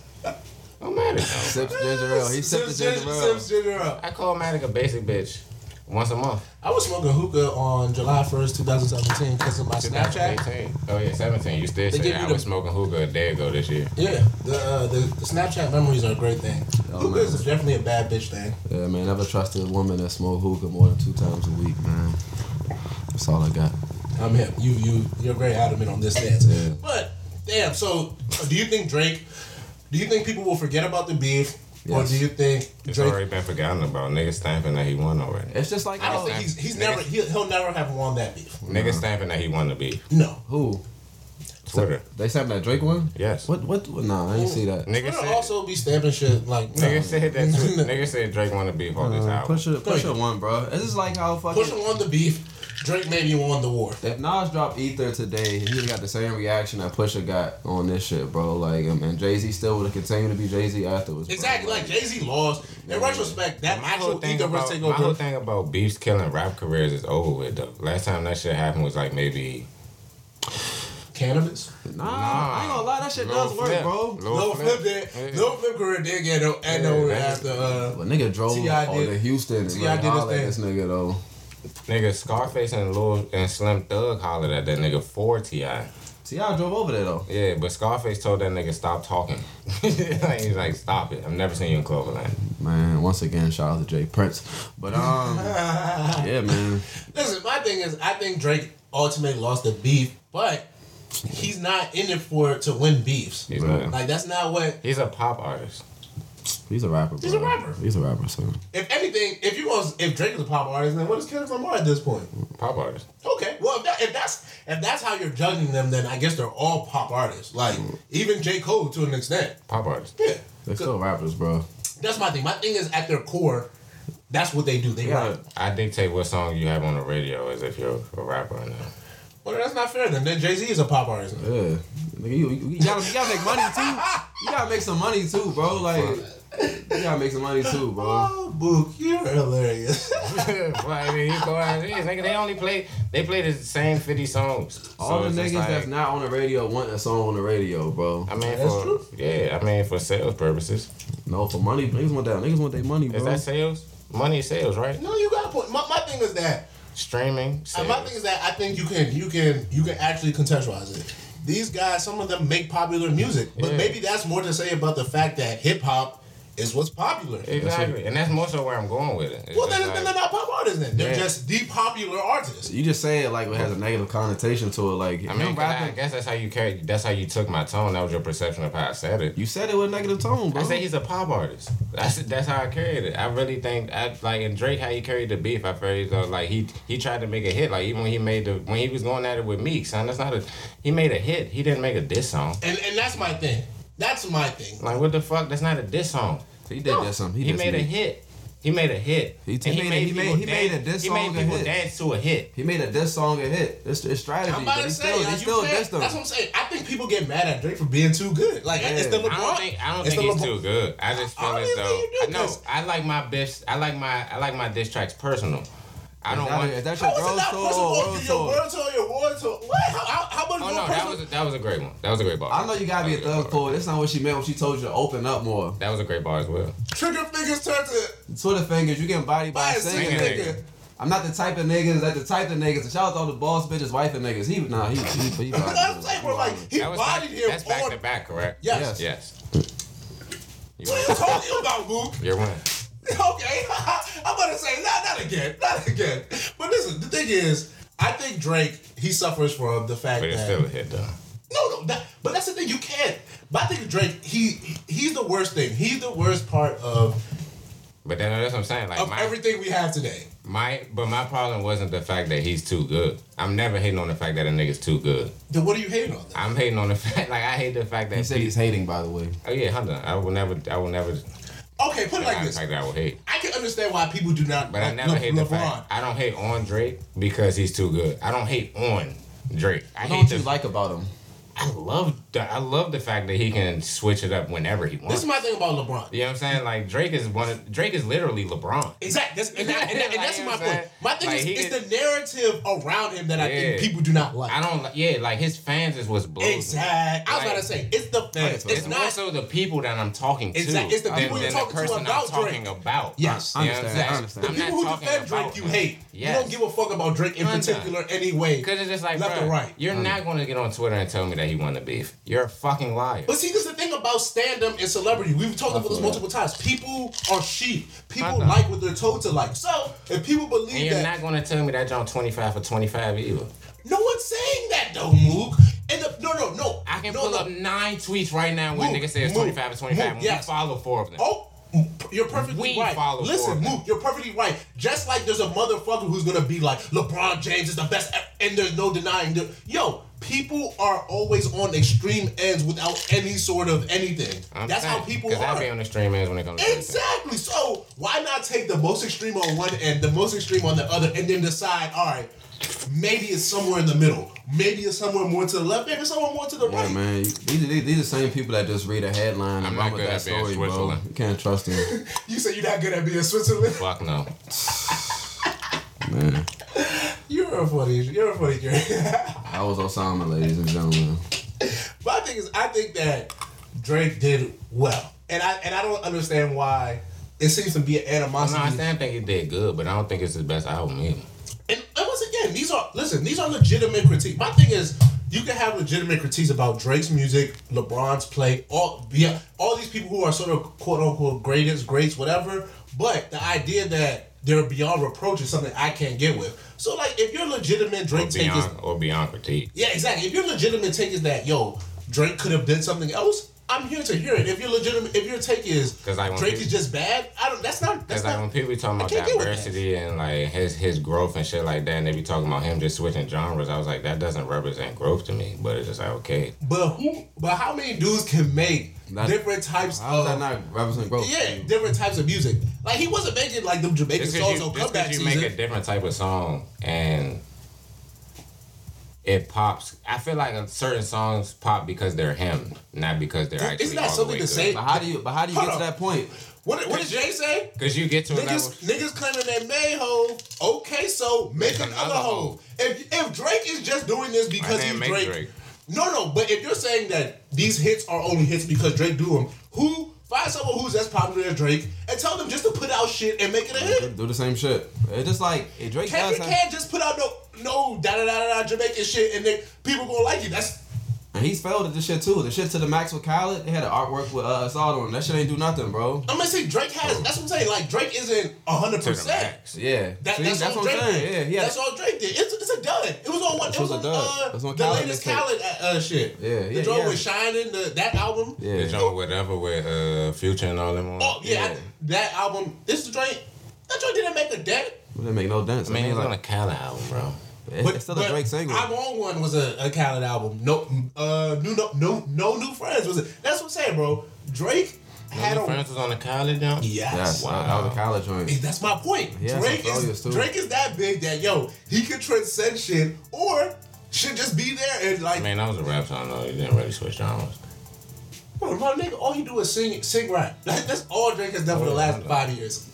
Speaker 2: Oh, Matic.
Speaker 1: Sips ginger ale. He
Speaker 5: <laughs>
Speaker 1: sipped the
Speaker 5: Sips
Speaker 1: ginger ale.
Speaker 5: sips ginger ale.
Speaker 2: I call Matic a basic bitch once a month.
Speaker 5: I was smoking hookah on July 1st, 2017, because of my Snapchat.
Speaker 2: 2018. Oh yeah, 17. You still
Speaker 5: They
Speaker 2: say
Speaker 5: give you
Speaker 2: I
Speaker 5: the-
Speaker 2: was smoking hookah a day ago this year.
Speaker 5: Yeah, the, uh, the the Snapchat memories are a great thing.
Speaker 2: Oh,
Speaker 5: hookah
Speaker 1: man.
Speaker 5: is definitely a bad bitch thing.
Speaker 1: Yeah, man. Never trust a woman that smoke hookah more than two times a week, man. That's all I got.
Speaker 5: I'm hip. You you you're very adamant on this dance.
Speaker 1: Yeah.
Speaker 5: But damn, so uh, do you think Drake? Do you think people will forget about the beef,
Speaker 1: Yes.
Speaker 5: or do you think
Speaker 2: It's
Speaker 5: Drake?
Speaker 2: already been forgotten about. Niggas stamping that he won already.
Speaker 1: It's just like
Speaker 5: I don't
Speaker 1: oh,
Speaker 5: think he's he's
Speaker 2: Niggas-
Speaker 5: never he'll, he'll never have won that beef.
Speaker 2: Niggas stamping that he won the beef.
Speaker 5: No.
Speaker 1: who
Speaker 2: Twitter.
Speaker 1: they said that Drake one.
Speaker 2: Yes.
Speaker 1: What? What? what nah, I ain't see that.
Speaker 2: Niggas
Speaker 5: Gonna
Speaker 2: said,
Speaker 5: also be stamping shit like no.
Speaker 2: niggas said that.
Speaker 5: <laughs>
Speaker 2: Twi- niggas said Drake won the beef all this
Speaker 1: Uh,
Speaker 2: album.
Speaker 1: push it. Push it one, bro. It's just like how fucking.
Speaker 5: Push him on the beef. Drake maybe won the war.
Speaker 1: If Nas dropped Ether today, he would got the same reaction that Pusha got on this shit, bro. Like, um, and Jay Z still would have continued to be Jay Z afterwards. bro.
Speaker 5: Exactly. Like Jay Z lost. In retrospect, that
Speaker 2: My whole
Speaker 5: actual
Speaker 2: thing
Speaker 5: Ether verse
Speaker 2: about my
Speaker 5: takeover.
Speaker 2: whole thing about beefs killing rap careers is over with though. Last time that shit happened was like maybe
Speaker 5: Cannabis.
Speaker 1: Nah, I ain't gonna lie, that shit
Speaker 2: Lil
Speaker 1: does work,
Speaker 2: Flip.
Speaker 1: bro.
Speaker 2: Lil
Speaker 5: No flip
Speaker 2: Flip.
Speaker 5: did.
Speaker 2: Yeah.
Speaker 5: No flip career did get no and
Speaker 2: Yeah,
Speaker 5: no
Speaker 2: that's-
Speaker 5: after. Uh,
Speaker 1: But nigga drove
Speaker 5: T.I.
Speaker 1: all
Speaker 5: did-
Speaker 1: to Houston and
Speaker 5: T.I.
Speaker 1: like,
Speaker 5: did his
Speaker 1: hollered at this nigga though.
Speaker 2: Nigga, Scarface and Lil and Slim Thug hollered at that nigga for Ti.
Speaker 1: Ti drove over there though.
Speaker 2: Yeah, but Scarface told that nigga stop talking. <laughs> like, he's like, stop it. I've never seen you in Cloverland.
Speaker 1: Man, once again, shout out to Jay Prince. But
Speaker 5: <laughs>
Speaker 1: um, yeah, man.
Speaker 5: Listen, my thing is, I think Drake ultimately lost the beef, but he's not in it for to win beefs.
Speaker 2: He's
Speaker 1: Right.
Speaker 2: not.
Speaker 5: Like that's not what.
Speaker 2: He's a pop artist.
Speaker 1: He's a rapper. Bro.
Speaker 5: He's a rapper.
Speaker 1: He's a rapper. So
Speaker 5: If anything, if you want, if Drake is a pop artist, then what is Kendrick Lamar at this point?
Speaker 2: Pop artist.
Speaker 5: Okay, well if, that, if that's if that's how you're judging them, then I guess they're all pop artists. Like
Speaker 2: Mm.
Speaker 5: even J Cole to an extent.
Speaker 2: Pop artist.
Speaker 5: Yeah,
Speaker 1: they're still rappers, bro.
Speaker 5: that's my thing. My thing is at their core, that's what they do. They
Speaker 1: Yeah.
Speaker 5: rap.
Speaker 2: I dictate what song you have on the radio as if you're a rapper or not. <laughs>
Speaker 5: Well, that's not fair. Then then Jay Z is a pop artist.
Speaker 1: Yeah. Nigga, you, you, you gotta you gotta make money too. You gotta make some money too, bro. Like you gotta make some money too, bro.
Speaker 5: Oh, Book, you're hilarious.
Speaker 2: but I mean, you go out and nigga, they only play, they play the same 50 songs.
Speaker 1: All
Speaker 2: So it's
Speaker 1: the
Speaker 2: just
Speaker 1: niggas
Speaker 2: like-
Speaker 1: that's not on the radio want a song on the radio, bro.
Speaker 2: I mean,
Speaker 5: That's
Speaker 2: for,
Speaker 5: true.
Speaker 2: Yeah, I mean, for sales purposes.
Speaker 1: No, for money, niggas want that. Niggas want their money, bro.
Speaker 2: Is that sales? Money is sales, right?
Speaker 5: <laughs> No, you got a point. My, my thing is that
Speaker 2: Streaming,
Speaker 5: uh,
Speaker 2: sales.
Speaker 5: my thing is that I think you can you can you can actually contextualize it. These guys, some of them make popular music, but
Speaker 2: Yeah.
Speaker 5: maybe that's more to say about the fact that hip hop is what's popular.
Speaker 2: Exactly, and that's more so where I'm going with it. It's
Speaker 5: Well,
Speaker 2: just
Speaker 5: then, then they're
Speaker 2: like-
Speaker 5: not pop artists. Then they're
Speaker 2: Yeah.
Speaker 5: just the popular artists.
Speaker 1: you just say it like it has a negative connotation to it. Like
Speaker 2: I
Speaker 1: him
Speaker 2: mean, 'cause I
Speaker 1: rapping,
Speaker 2: guess that's how you carry. That's how you took my tone. That was your perception of how I said it.
Speaker 1: you said it with a negative tone, bro.
Speaker 2: I say he's a pop artist. That's that's how I carried it. I really think I like in Drake how he carried the beef. I feel though like he he tried to make a hit. Like even when he made the when he was going at it with Meek, son, that's not a he made a hit. He didn't make a diss song.
Speaker 5: And and that's my thing. That's my thing.
Speaker 2: Like what the fuck? That's not a diss song.
Speaker 1: he did that something. He,
Speaker 2: He
Speaker 1: dissed
Speaker 2: made a
Speaker 1: me.
Speaker 2: hit. He made a hit.
Speaker 1: He
Speaker 2: And
Speaker 1: t- made a- he made-
Speaker 2: people
Speaker 1: he made a diss
Speaker 2: He
Speaker 1: song
Speaker 2: made
Speaker 1: a
Speaker 2: people
Speaker 1: hit.
Speaker 2: dance to a hit.
Speaker 1: He made a diss song a hit. It's, it's strategy.
Speaker 5: I'm
Speaker 1: but he
Speaker 5: about to say,
Speaker 1: still,
Speaker 5: like,
Speaker 1: he
Speaker 5: you
Speaker 1: still
Speaker 5: can't-
Speaker 1: dissed him.
Speaker 5: that's what I'm saying. I think people get mad at Drake for being too good. Like it's the
Speaker 1: Yeah.
Speaker 5: LeBron.
Speaker 2: I don't think I don't
Speaker 5: it's
Speaker 2: think
Speaker 5: the
Speaker 2: it's
Speaker 5: LeBron-
Speaker 2: too good. I just feel
Speaker 5: I don't
Speaker 2: as
Speaker 5: even
Speaker 2: though
Speaker 5: think you
Speaker 2: I
Speaker 5: do
Speaker 2: know
Speaker 5: this.
Speaker 2: I like my best. I like my I like my diss tracks personal. I don't
Speaker 1: Now,
Speaker 2: want.
Speaker 1: Is that your
Speaker 5: How is it
Speaker 1: girl's
Speaker 5: not
Speaker 1: tour
Speaker 5: personal?
Speaker 1: or
Speaker 5: Your
Speaker 1: girl's tour?
Speaker 5: world tour, your world tour. What? How, how, how much
Speaker 2: Oh
Speaker 5: more
Speaker 2: no, that
Speaker 5: personal?
Speaker 2: was a, that was a great one. That was a great bar.
Speaker 1: I know you gotta be a
Speaker 2: That was
Speaker 1: thug
Speaker 2: great bar.
Speaker 1: for it. That's not what she meant when she told you to open up more.
Speaker 2: That was a great bar as well.
Speaker 5: Trigger fingers turned to
Speaker 1: Twitter fingers, you getting body by
Speaker 5: By
Speaker 1: a
Speaker 5: a
Speaker 1: singing
Speaker 2: singing
Speaker 1: nigga.
Speaker 2: nigga.
Speaker 1: I'm not the type of niggas that the type of niggas. And shout out to all the boss bitches, wife and niggas. He nah, he he,
Speaker 2: <laughs>
Speaker 1: he, he
Speaker 5: I'm saying, bro, like he
Speaker 2: That was back,
Speaker 5: bodied him
Speaker 2: that's back
Speaker 5: on.
Speaker 2: to back, correct?
Speaker 5: Yes.
Speaker 2: Yes. You
Speaker 5: <laughs> What are you talking about, Mook? <laughs>
Speaker 2: You're one.
Speaker 5: Okay, <laughs> I'm gonna say not not again, not again. But listen, the thing is, I think Drake he suffers from the fact
Speaker 2: But it's
Speaker 5: that
Speaker 2: still a hit, though.
Speaker 5: No, no, that, but that's the thing. You can't. But I think Drake, he he's the worst thing. He's the worst part of
Speaker 2: But then that's what I'm saying. Like
Speaker 5: of
Speaker 2: my,
Speaker 5: everything we have today.
Speaker 2: my, but my problem wasn't the fact that he's too good. I'm never hating on the fact that a nigga's too good.
Speaker 5: Then what are you hating on? Then?
Speaker 2: I'm hating on the <laughs> fact, like I hate the fact that
Speaker 1: He said he's hating, by the way.
Speaker 2: Oh yeah, hold on. I will never. I will
Speaker 5: <laughs>
Speaker 2: never.
Speaker 5: Okay, put it
Speaker 2: Like
Speaker 5: like this.
Speaker 2: fact that I will hate.
Speaker 5: I can understand why people do not.
Speaker 2: But I
Speaker 5: like,
Speaker 2: never
Speaker 5: Le-
Speaker 2: hate the fact. I don't hate on Drake because he's too good. I don't hate on Drake. I hate
Speaker 1: What
Speaker 2: the.
Speaker 1: don't you like about him?
Speaker 2: I love. The, I love the fact that he can switch it up whenever he
Speaker 5: This
Speaker 2: wants.
Speaker 5: is my thing about LeBron.
Speaker 2: you know what I'm saying? Like Drake is one. Of, Drake is literally LeBron.
Speaker 5: Exactly. That's, and, that- and that- and
Speaker 2: <laughs> Like,
Speaker 5: that's
Speaker 2: you know
Speaker 5: my
Speaker 2: what I'm
Speaker 5: point. My thing
Speaker 2: saying?
Speaker 5: is,
Speaker 2: Like, he
Speaker 5: it's the narrative around him that I think
Speaker 2: Yeah.
Speaker 5: people do not like.
Speaker 2: I don't. li- Yeah, like his fans is what's blows. me.
Speaker 5: exactly. I was
Speaker 2: Like,
Speaker 5: about to say it's the fans. It's,
Speaker 2: It's, more
Speaker 5: not.
Speaker 2: so the people that I'm talking to.
Speaker 5: Exact- it's the people you're
Speaker 2: than,
Speaker 5: talking
Speaker 2: the
Speaker 5: to
Speaker 2: person
Speaker 5: about
Speaker 2: I'm talking
Speaker 5: Drake.
Speaker 2: about.
Speaker 5: Yes.
Speaker 2: You know
Speaker 1: I
Speaker 2: what I'm
Speaker 1: understand,
Speaker 2: saying?
Speaker 1: I understand.
Speaker 2: I'm
Speaker 5: the
Speaker 2: not
Speaker 5: people who
Speaker 2: talking
Speaker 5: defend Drake,
Speaker 2: about
Speaker 5: you
Speaker 2: him.
Speaker 5: hate.
Speaker 2: Yes.
Speaker 5: You don't give a fuck about Drake in
Speaker 2: None.
Speaker 5: particular anyway.
Speaker 2: Because it's just like,
Speaker 5: Left
Speaker 2: left
Speaker 5: and right.
Speaker 2: right. you're
Speaker 1: Mm.
Speaker 2: not going to get on Twitter and tell me that he won the beef. You're a fucking liar.
Speaker 5: But see, this is the thing about stand-up and celebrity. We've talked about this multiple times. People are sheep. People
Speaker 2: I know.
Speaker 5: like what they're told to like. So if people
Speaker 2: Uh-huh. and
Speaker 5: believe
Speaker 2: you're
Speaker 5: that,
Speaker 2: not going to tell me that John 25 for 25 either.
Speaker 5: no one's saying that though, Mook. And the, no, no, no.
Speaker 2: I can
Speaker 5: no,
Speaker 2: pull
Speaker 5: no.
Speaker 2: up nine tweets right now where
Speaker 5: Move,
Speaker 2: niggas say it's
Speaker 5: move,
Speaker 2: 25 for 25
Speaker 5: move,
Speaker 2: and
Speaker 5: yes.
Speaker 2: we follow four of them.
Speaker 5: Oh, you're perfectly
Speaker 2: We
Speaker 5: right.
Speaker 2: follow
Speaker 5: Listen,
Speaker 2: Corbin.
Speaker 5: Mook, you're perfectly right. Just like there's a motherfucker who's gonna be like LeBron James is the best, ever," and there's no denying. The, yo, people are always on extreme ends without any sort of anything.
Speaker 2: I'm
Speaker 5: That's how
Speaker 2: saying,
Speaker 5: people
Speaker 2: 'cause
Speaker 5: are.
Speaker 2: I be on the stream ends when it comes to this.
Speaker 5: Exactly. So why not take the most extreme on one end, the most extreme on the other, and then decide, all right, maybe it's somewhere in the middle. Maybe it's somewhere more to the left. Maybe it's somewhere more to the
Speaker 1: Yeah,
Speaker 5: right.
Speaker 1: man. you- These are these, these are the same people that just read a headline
Speaker 2: I'm
Speaker 1: and
Speaker 2: not
Speaker 1: run with
Speaker 2: good
Speaker 1: that
Speaker 2: at being
Speaker 1: story, bro.
Speaker 2: Switzerland.
Speaker 1: You can't trust
Speaker 2: <laughs>
Speaker 1: them,
Speaker 5: You say you're not good at being Switzerland.
Speaker 2: Fuck no.
Speaker 1: man.
Speaker 5: <laughs> You're a funny. You're a funny girl. <laughs>
Speaker 1: I was Osama, ladies and gentlemen.
Speaker 5: My thing is, I think that Drake did well, and I and I don't understand why it seems to be an
Speaker 2: Oh, No,
Speaker 5: animosity.
Speaker 2: I still think he did good, but I don't think it's his best album either.
Speaker 5: And, and once again, these are listen, these are legitimate critiques. My thing is, you can have legitimate critiques about Drake's music, LeBron's play, all yeah, all these people who are sort of quote unquote greatest, greats, whatever. But the idea that they're beyond reproach is something I can't get with. So like, if your legitimate Drake take is
Speaker 2: Beyond, or Beyond Critique.
Speaker 5: yeah, exactly. If your legitimate take is that yo Drake could have done something else. I'm here to hear it. If your legitimate, if your take is
Speaker 2: 'Cause I want
Speaker 5: Drake
Speaker 2: people-
Speaker 5: is just bad, I don't. That's not. That's
Speaker 2: Cause like when
Speaker 5: not.
Speaker 2: people be talking about
Speaker 5: can't get with that.
Speaker 2: diversity and like his his growth and shit like that, and they be talking about him just switching genres, I was like, that doesn't represent growth to me. But it's just like okay,
Speaker 5: But who? But how many dudes can make
Speaker 1: Not-
Speaker 5: different types
Speaker 1: How
Speaker 5: of
Speaker 1: is that not representing growth?
Speaker 5: Yeah, different types of music. Like he wasn't making like them Jamaican
Speaker 2: just
Speaker 5: songs
Speaker 2: because you,
Speaker 5: on
Speaker 2: just
Speaker 5: comeback
Speaker 2: 'cause you
Speaker 5: season.
Speaker 2: make a different type of song and it pops, I feel like certain songs pop because they're him, not because they're actually.
Speaker 5: Isn't that
Speaker 2: all the
Speaker 5: something
Speaker 2: way
Speaker 5: to
Speaker 2: good.
Speaker 5: say?
Speaker 1: But how do you? But how do you
Speaker 5: Hold
Speaker 1: get to
Speaker 5: on.
Speaker 1: that point?
Speaker 5: What, what did Jay say?
Speaker 2: Cause you get to a level.
Speaker 5: Niggas, niggas claiming they made hoe. Okay, so make
Speaker 2: Make
Speaker 5: another,
Speaker 2: another
Speaker 5: hoe.
Speaker 2: hoe.
Speaker 5: If if Drake is just doing this because
Speaker 2: name
Speaker 5: he's
Speaker 2: make
Speaker 5: Drake,
Speaker 2: Drake.
Speaker 5: no, no. But if you're saying that these hits are only hits because Drake do them, who find someone who's as popular as Drake and tell them just to put out shit and make it a hit?
Speaker 1: Do the same shit. It's just like if Drake does.
Speaker 5: Kendrick
Speaker 1: have-
Speaker 5: can't just put out no no da da da da da Jamaican shit and then people gonna like you. That's
Speaker 1: And he's failed at this shit too. The shit to the Maxwell Khaled, they had an artwork with uh, Assad on. it. That shit ain't do nothing, bro.
Speaker 5: I'm gonna say Drake has. That's what I'm saying. Like Drake isn't hundred
Speaker 2: to the
Speaker 5: percent.
Speaker 2: max.
Speaker 1: Yeah.
Speaker 5: That,
Speaker 1: See,
Speaker 5: that's, all
Speaker 1: what
Speaker 5: Drake
Speaker 1: I'm saying.
Speaker 5: did.
Speaker 1: Yeah, he had
Speaker 5: that's all Drake did. It's, it's a dud. It was on one. It
Speaker 1: was
Speaker 5: was
Speaker 1: a
Speaker 5: on,
Speaker 1: dud.
Speaker 5: uh,
Speaker 1: That's on
Speaker 5: the
Speaker 1: Khaled
Speaker 5: latest
Speaker 1: mixtape.
Speaker 5: Khaled uh, uh, shit.
Speaker 1: Yeah,
Speaker 5: The
Speaker 1: yeah,
Speaker 5: joint
Speaker 1: yeah.
Speaker 5: with Shining, the, that album.
Speaker 2: The
Speaker 1: Yeah.
Speaker 2: joint whatever with uh, Future and all them. on.
Speaker 5: Oh yeah,
Speaker 1: Yeah.
Speaker 5: I, that album. This joint. That joint didn't make a dent.
Speaker 1: It didn't make no dents.
Speaker 2: I
Speaker 1: I
Speaker 2: mean,
Speaker 1: mean,
Speaker 2: it's on a
Speaker 1: like,
Speaker 2: Khaled album, bro.
Speaker 1: it's it's still a Drake single.
Speaker 5: I'm on one was a, a Khaled album. No, uh, new no no no new friends was it? That's what I'm saying, bro. Drake had
Speaker 2: Your
Speaker 5: a
Speaker 2: friends was on a Khaled joint.
Speaker 1: Yeah,
Speaker 5: yes.
Speaker 1: wow. That was a Khaled joint.
Speaker 5: Hey, That's my point.
Speaker 1: He has
Speaker 5: Drake
Speaker 1: some failures,
Speaker 5: is
Speaker 1: too.
Speaker 5: Drake is that big that yo he could transcend shit or should just be there and like
Speaker 2: Man, that was a rap song though. He didn't really switch genres.
Speaker 5: bro, bro, nigga, all he do is sing sing rap. That, that's all Drake has done for the
Speaker 2: Oh,
Speaker 5: last
Speaker 2: yeah.
Speaker 5: five years.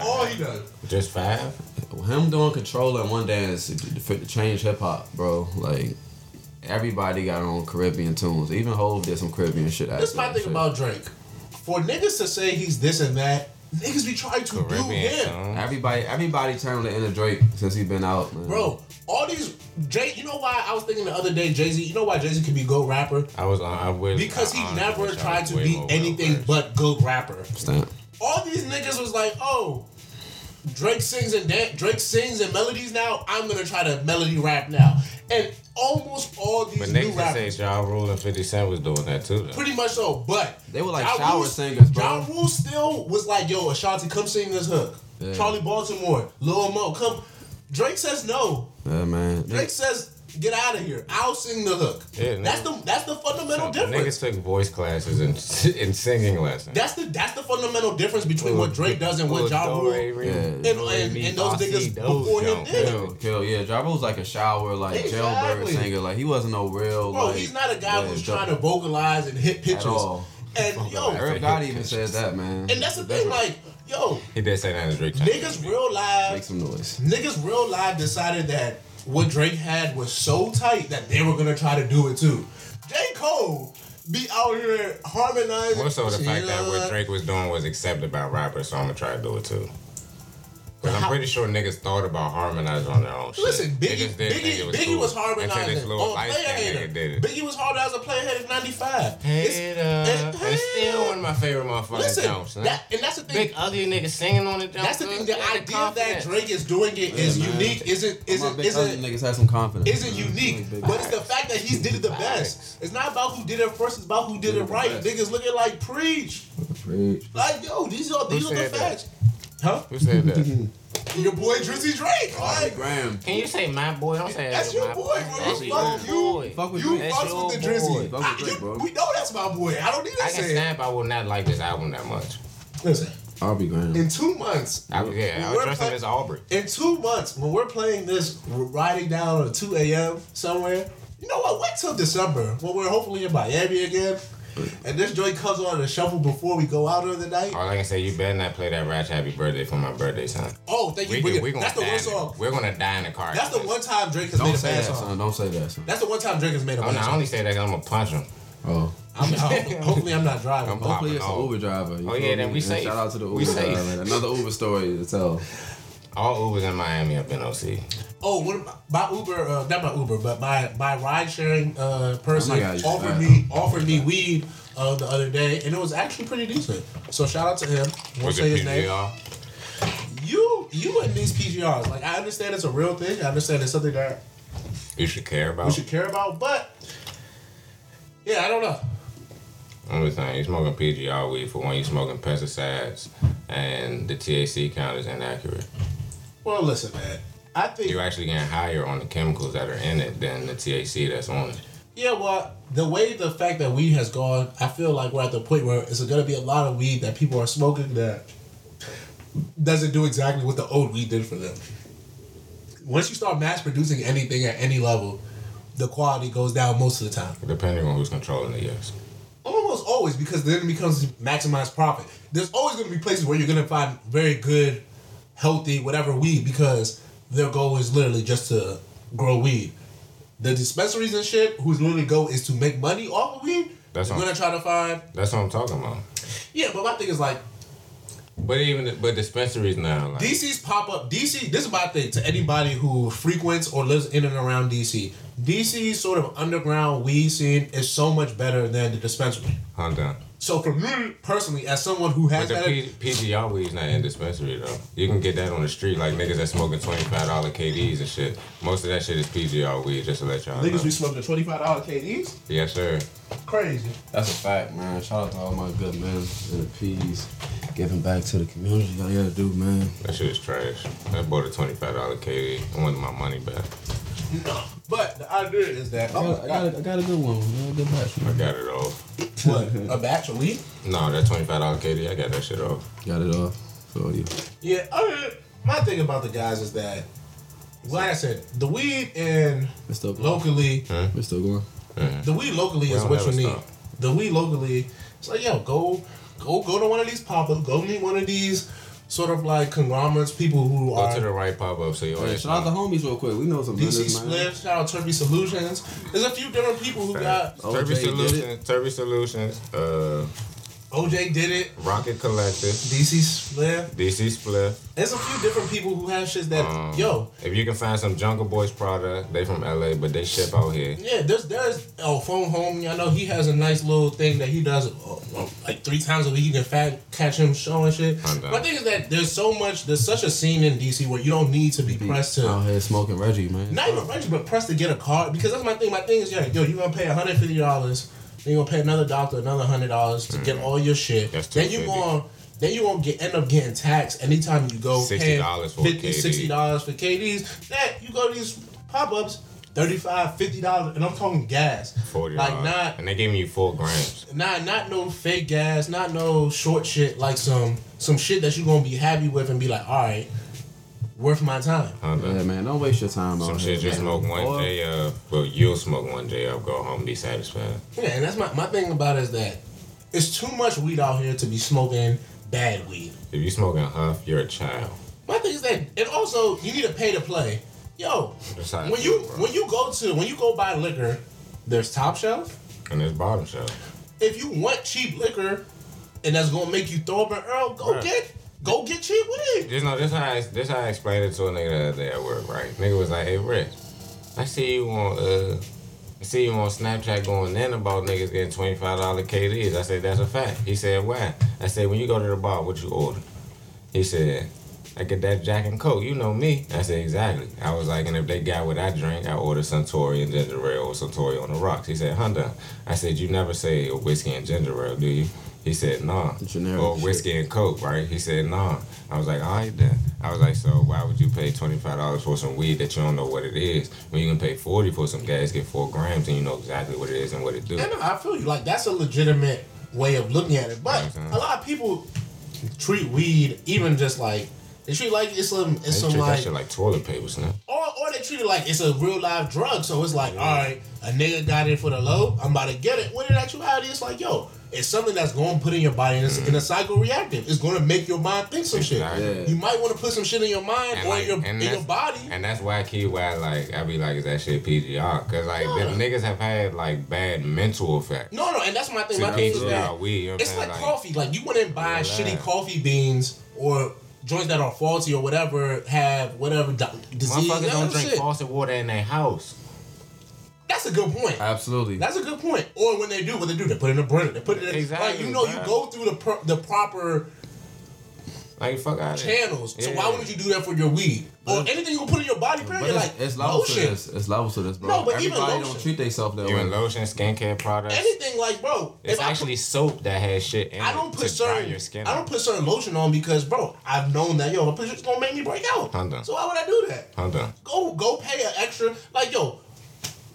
Speaker 5: All he does.
Speaker 2: Just five?
Speaker 1: Him doing control in one dance for to change hip hop, bro. Like everybody got on Caribbean tunes. Even Hove did some Caribbean shit.
Speaker 5: This is my thing about Drake. For niggas to say he's this and that Niggas be trying to do
Speaker 2: Caribbean
Speaker 5: him.
Speaker 2: song.
Speaker 1: Everybody, everybody turned to inner Drake since he been out, man.
Speaker 5: Bro, all these Jay, you know why I was thinking the other day, Jay Z. You know why Jay Z could be go rapper
Speaker 2: I was on. I wish,
Speaker 5: because he
Speaker 2: I honestly
Speaker 5: never
Speaker 2: wish I
Speaker 5: tried
Speaker 2: was
Speaker 5: to
Speaker 2: way
Speaker 5: be
Speaker 2: more
Speaker 5: anything
Speaker 2: well-versed.
Speaker 5: but go rapper.
Speaker 1: Stamp.
Speaker 5: All these niggas was like, oh, Drake sings and dan- Drake sings and melodies now. I'm gonna try to melody rap now, and almost all these
Speaker 2: But
Speaker 5: new
Speaker 2: niggas
Speaker 5: rappers.
Speaker 2: rappers. say Ja Rule and 50 Cent was doing that too, though.
Speaker 5: Pretty much so, but
Speaker 1: They were like
Speaker 5: Ja
Speaker 1: shower
Speaker 5: Rule-
Speaker 1: singers, bro.
Speaker 5: Ja Rule still was like, "Yo, Ashanti, come sing this hook."
Speaker 1: Yeah.
Speaker 5: Charlie Baltimore, Lil Mo, come. Drake says no.
Speaker 1: Yeah, man.
Speaker 5: Drake says, "Get out of here. I'll sing the hook."
Speaker 2: Yeah, nigga.
Speaker 5: that's the that's the fundamental
Speaker 2: Some
Speaker 5: difference.
Speaker 2: Niggas took voice classes and, <laughs> and singing lessons.
Speaker 5: That's the that's the fundamental difference between what Drake does and what Ja Rule. And,
Speaker 1: Yeah.
Speaker 5: and, and those niggas before him did.
Speaker 1: Kill, kill, yeah. Ja Rule's like a shower, like jailbird
Speaker 5: Exactly.
Speaker 1: singer. Like he wasn't no real.
Speaker 5: Bro,
Speaker 1: like,
Speaker 5: he's not a guy
Speaker 1: yeah,
Speaker 5: who's
Speaker 1: dope
Speaker 5: trying to vocalize and hit
Speaker 1: at
Speaker 5: pitches.
Speaker 1: all.
Speaker 5: And yo,
Speaker 1: Eric God even said that, man.
Speaker 5: and that's the thing, like yo,
Speaker 2: He did say that in his Drake channel.
Speaker 5: niggas real
Speaker 1: Make
Speaker 5: live,
Speaker 1: some noise.
Speaker 5: niggas real live decided that what Drake had was so tight that they were gonna try to do it too. J Cole be out here harmonizing.
Speaker 2: More so the fact that
Speaker 5: Yeah.
Speaker 2: what Drake was doing was accepted by rappers, so I'm gonna try to do it too. Because I'm
Speaker 5: How-
Speaker 2: pretty sure niggas thought about harmonizing on their own shit.
Speaker 5: Listen,
Speaker 2: They
Speaker 5: Biggie,
Speaker 2: just didn't think
Speaker 5: Biggie,
Speaker 2: it
Speaker 5: Biggie
Speaker 2: cool.
Speaker 5: was
Speaker 2: Until this
Speaker 5: harmonizing
Speaker 2: little
Speaker 5: on
Speaker 2: light
Speaker 5: player
Speaker 2: skinned
Speaker 5: hater.
Speaker 2: nigga did it.
Speaker 5: Biggie was hard as a player hater in '95.
Speaker 2: Hater.
Speaker 5: It's-
Speaker 2: And it's still one of my favorite motherfucking
Speaker 5: Listen,
Speaker 2: jumps. man.
Speaker 5: that, and that's the thing. uh,
Speaker 2: Big ugly nigga singing on the jump.
Speaker 5: that's the thing. The
Speaker 2: man,
Speaker 5: idea that
Speaker 2: confidence.
Speaker 5: Drake is doing it is
Speaker 1: Yeah, man.
Speaker 5: unique. Isn't
Speaker 1: My
Speaker 5: isn't
Speaker 1: big other
Speaker 5: isn't
Speaker 1: niggas had some confidence.
Speaker 5: isn't
Speaker 1: man.
Speaker 5: unique.
Speaker 1: My big-
Speaker 5: But it's the fact that he did it the best. It's not about who did it first. It's about who did it
Speaker 8: the
Speaker 5: right.
Speaker 8: best.
Speaker 5: Niggas looking like preach.
Speaker 8: Preach.
Speaker 5: Like yo, these are these are the
Speaker 2: said that?
Speaker 5: facts. Huh?
Speaker 2: Who said that?
Speaker 5: Your boy Drizzy Drake. Like
Speaker 1: Graham.
Speaker 2: <laughs> Can you say my boy? Don't say
Speaker 5: that's your
Speaker 2: my
Speaker 5: boy, bro.
Speaker 2: That's
Speaker 5: You
Speaker 2: your
Speaker 5: fuck you.
Speaker 2: boy.
Speaker 1: Fuck with
Speaker 5: You
Speaker 1: Drake.
Speaker 2: That's
Speaker 5: fucks with the
Speaker 2: your boy.
Speaker 5: Drizzy.
Speaker 1: Fuck with
Speaker 5: I-
Speaker 1: Drake,
Speaker 5: you-
Speaker 1: bro.
Speaker 5: We know that's my boy. I don't need
Speaker 2: I
Speaker 5: to
Speaker 2: can
Speaker 5: say it.
Speaker 2: snap. I will not like this album that much.
Speaker 5: Listen,
Speaker 1: I'll be Graham.
Speaker 5: in two months,
Speaker 2: I, yeah,
Speaker 5: We're
Speaker 2: I'll dress him
Speaker 5: pla-
Speaker 2: as Aubrey.
Speaker 5: in two months, when we're playing this, we're riding down at 2 a.m. somewhere, you know what? Wait till December when we're hopefully in Miami again. And this joint comes on the shuffle before we go out of the night.
Speaker 2: All I can say, you better not play that Ratchet Happy Birthday for my birthday, son.
Speaker 5: Oh, thank you.
Speaker 2: We,
Speaker 5: Bring
Speaker 2: we
Speaker 5: it.
Speaker 2: gonna
Speaker 5: That's the
Speaker 2: die
Speaker 5: one
Speaker 2: in
Speaker 5: song.
Speaker 2: We're gonna die in the car.
Speaker 5: That's the one time Drake has
Speaker 1: Don't
Speaker 5: made a
Speaker 1: say
Speaker 5: bad
Speaker 1: that,
Speaker 5: song.
Speaker 1: son. Don't say that, son.
Speaker 5: That's the one time Drake has made a
Speaker 2: Oh,
Speaker 5: bad
Speaker 2: no, I
Speaker 5: song.
Speaker 2: only say that 'cause I'm gonna punch him.
Speaker 1: Oh.
Speaker 5: I'm, I'm- <laughs> hopefully, I'm not driving.
Speaker 2: I'm
Speaker 1: Hopefully it's an
Speaker 2: Oh.
Speaker 1: Uber driver. you
Speaker 2: Oh,
Speaker 1: feel
Speaker 2: yeah, then
Speaker 1: me?
Speaker 2: we
Speaker 1: And
Speaker 2: safe.
Speaker 1: Shout out to the Uber
Speaker 2: We safe.
Speaker 1: driver. Another Uber story to tell.
Speaker 2: All Ubers in Miami have been OC.
Speaker 5: Oh, what about my Uber? Uh, not my Uber, but my my ride sharing uh, person
Speaker 1: Oh my God,
Speaker 5: offered
Speaker 1: you're
Speaker 5: me offered me weed uh, the other day, and it was actually pretty decent. So shout out to him. Won't
Speaker 2: Was
Speaker 5: say
Speaker 2: it
Speaker 5: his name.
Speaker 2: PGR?
Speaker 5: You you and these PGRs, like I understand it's a real thing. I understand it's something that
Speaker 2: You should care about.
Speaker 5: we should care about, but yeah, I don't know.
Speaker 2: I'm just saying, you smoking PGR weed for one. You smoking pesticides, and the THC count is inaccurate.
Speaker 5: Well, listen, man. I think
Speaker 2: You're actually getting higher on the chemicals that are in it than the THC that's on it.
Speaker 5: yeah. Well, the way the fact that weed has gone, I feel like we're at the point where it's going to be a lot of weed that people are smoking that doesn't do exactly what the old weed did for them. Once you start mass producing anything at any level, the quality goes down most of the time.
Speaker 2: Depending on who's controlling it, yes.
Speaker 5: Almost always, because then it becomes maximized profit. There's always going to be places where you're going to find very good, healthy, whatever weed, because their goal is literally just to grow weed. The dispensaries and shit, whose literally goal is to make money off of weed,
Speaker 2: That's
Speaker 5: you're
Speaker 2: all.
Speaker 5: going to try to find.
Speaker 2: That's what I'm talking about.
Speaker 5: Yeah, but my thing is like,
Speaker 2: But even but dispensaries now, like
Speaker 5: DC's pop up. DC, this is my thing to anybody who frequents or lives in and around DC. DC's sort of underground weed scene is so much better than the dispensary.
Speaker 2: I'm done.
Speaker 5: So for me personally, as someone who
Speaker 2: But
Speaker 5: has
Speaker 2: the
Speaker 5: had
Speaker 2: P- PGR weed's not in dispensary though. You can get that on the street, like niggas that smoking twenty five dollar KDs and shit. Most of that shit is PGR weed, just to let y'all know.
Speaker 5: Uh-huh. niggas be smoking twenty five dollar KDs,
Speaker 2: yes, sir.
Speaker 5: crazy.
Speaker 1: That's a fact, man. Shout out to all my good men and the P's. Giving back to the community. Y'all gotta do, man.
Speaker 2: That shit is trash. I bought a twenty five dollar KD. I wanted my money back.
Speaker 5: But the idea is that
Speaker 1: I got, I got, a, I got a good one. I got a good batch.
Speaker 2: I
Speaker 1: man.
Speaker 2: got it off.
Speaker 5: what a batch of weed.
Speaker 2: No, that twenty five dollar KD, I got that shit off.
Speaker 1: Got it off. For you.
Speaker 5: Yeah, uh, my thing about the guys is that, like I said, the weed and
Speaker 1: It's still going.
Speaker 5: locally,
Speaker 1: It's still going.
Speaker 2: Mm-hmm.
Speaker 5: the weed locally is
Speaker 2: don't
Speaker 5: what you
Speaker 2: ever
Speaker 5: need.
Speaker 2: stop.
Speaker 5: The weed locally, it's like yo, go, go, go to one of these pop ups, go meet one of these sort of like conglomerates, people who
Speaker 2: Go
Speaker 5: are
Speaker 2: to the right pop up so you
Speaker 1: Hey,
Speaker 2: always.
Speaker 1: shout out the homies real quick. We know some
Speaker 5: DC
Speaker 1: business, man.
Speaker 5: Spliff, shout out Turkey
Speaker 2: Oh.
Speaker 5: Solutions. There's a few different people who got
Speaker 2: Turvy
Speaker 1: OJ did it.
Speaker 2: Solutions, Turvy Solutions, uh,
Speaker 5: OJ did it.
Speaker 2: Rocket Collective,
Speaker 5: DC Slayer.
Speaker 2: DC Split.
Speaker 5: There's a few different people who have shits that
Speaker 2: Um,
Speaker 5: yo.
Speaker 2: If you can find some Jungle Boys product, they from LA, but they ship out here.
Speaker 5: Yeah, there's there's oh phone home. I know he has a nice little thing that he does uh, uh, like three times a week. You can fat, catch him showing shit.
Speaker 2: I know.
Speaker 5: My thing is that there's so much. There's such a scene in DC where you don't need to
Speaker 1: Mm-hmm.
Speaker 5: be pressed to.
Speaker 1: Out here smoking Reggie, man.
Speaker 5: Not even Reggie, but press to get a card because that's my thing. My thing is, yeah, yo, you gonna pay one hundred fifty dollars, then you gonna pay another doctor another hundred dollars to get all your shit.
Speaker 2: Mm-hmm. That's
Speaker 5: then you
Speaker 2: $250.
Speaker 5: gonna then you gonna get end up getting taxed anytime you go.
Speaker 2: $60 for a
Speaker 5: $50,
Speaker 2: KD.
Speaker 5: sixty dollars for KDs. That you go to these pop ups. 35 50 dollars and i'm talking gas
Speaker 2: Forty
Speaker 5: like not
Speaker 2: and they gave me four grams.
Speaker 5: Nah, not no fake gas, not no short shit, like some some shit that you gonna be happy with and be like, all right, worth my time.
Speaker 2: I know.
Speaker 8: Yeah, man, don't waste your time
Speaker 2: Some
Speaker 8: on
Speaker 2: shit you smoke one day up, well you'll smoke one day up, go home, be satisfied.
Speaker 5: Yeah, and that's my, my thing about it is that it's too much weed out here to be smoking bad weed.
Speaker 2: If you smoking huff, you're a child.
Speaker 5: My thing is that, and also you need to pay to play. Yo,
Speaker 2: That's how I
Speaker 5: when
Speaker 2: feel,
Speaker 5: you
Speaker 2: bro.
Speaker 5: when you go to when you go buy liquor, there's top shelf.
Speaker 2: And it's bottom shelf.
Speaker 5: If you want cheap liquor, and that's gonna make you throw up an Earl, go
Speaker 2: Right.
Speaker 5: get go get cheap weed.
Speaker 2: Just know this how I, this how I explained it to a nigga the other day at work, right? Nigga was like, "Hey, Rich, I see you on uh, I see you on Snapchat going in about niggas getting twenty five dollar KDs." I said, "That's a fact." He said, "Why?" I said, "When you go to the bar, what you order?" He said, "I get that Jack and Coke. You know me." I said, "Exactly." I was like, "And if they got what I drink, I order Suntory and ginger ale or Suntory on the rocks." He said, "Honda." I said, "You never say whiskey and ginger ale, do you?" He said, "Nah."
Speaker 1: Generic
Speaker 2: or
Speaker 1: shit.
Speaker 2: whiskey and coke, right? He said, nah. I was like, all right then. I was like, so why would you pay twenty five dollars for some weed that you don't know what it is when you can pay forty for some gas, get four grams, and you know exactly what it is and what it do?
Speaker 5: Yeah, no, I feel you. Like that's a legitimate way of looking at it, but
Speaker 2: Mhm.
Speaker 5: a lot of people treat weed even just like they treat like it's some it's
Speaker 2: They
Speaker 5: some
Speaker 2: treat that
Speaker 5: like
Speaker 2: shit like toilet paper, snap.
Speaker 5: or or they treat it like it's a real live drug. So it's like, all right, a nigga got it for the low. I'm about to get it. When in actuality, it's like, yo, it's something that's going to put in your body and it's in a cycle reactive. It's going to make your mind think some shit.
Speaker 2: Exactly.
Speaker 5: You might want to put some shit in your mind
Speaker 2: And
Speaker 5: or
Speaker 2: like-
Speaker 5: in your in
Speaker 2: and
Speaker 5: your
Speaker 2: that's-
Speaker 5: body.
Speaker 2: And that's why key why like I be like, is that shit PGR? Cause like
Speaker 5: Yeah.
Speaker 2: them niggas have had like bad mental effects.
Speaker 5: no, no, and that's my thing.
Speaker 2: to
Speaker 5: My thing is that
Speaker 2: PGR weed, you know what I'm
Speaker 5: It's
Speaker 2: saying?
Speaker 5: like, coffee. Like you wouldn't buy
Speaker 2: Relax.
Speaker 5: shitty coffee beans or joints that are faulty or whatever have whatever di- disease.
Speaker 2: Motherfuckers
Speaker 5: That
Speaker 2: don't
Speaker 5: don't
Speaker 2: drink faucet water in their house.
Speaker 5: That's a good point.
Speaker 1: Absolutely.
Speaker 5: That's a good point. Or when they do, what they do, they put it in a blender. They put it in
Speaker 2: Exactly,
Speaker 5: like you know you
Speaker 2: bruh.
Speaker 5: go through the pro- the proper
Speaker 2: Like fuck out of here.
Speaker 5: channels. So why
Speaker 2: Yeah.
Speaker 5: wouldn't you do that for your weed or anything you can put in your body?
Speaker 1: But
Speaker 5: Period.
Speaker 1: it's,
Speaker 5: Like
Speaker 1: it's levels to
Speaker 5: lotion,
Speaker 1: this. It's levels to this, bro.
Speaker 5: No, but even
Speaker 1: Everybody
Speaker 5: lotion-
Speaker 1: don't treat themselves that
Speaker 2: Even
Speaker 1: way.
Speaker 2: lotion, skincare products.
Speaker 5: anything like bro.
Speaker 2: It's
Speaker 5: if I put-
Speaker 2: actually soap that has shit in
Speaker 5: I
Speaker 2: it
Speaker 5: don't put
Speaker 2: to dry
Speaker 5: certain
Speaker 2: your skin.
Speaker 5: I don't put certain lotion on because bro, I've known that yo, if I put it's gonna make me break out.
Speaker 2: I'm done.
Speaker 5: So why would I do that?
Speaker 2: Hold on.
Speaker 5: go go pay an extra like yo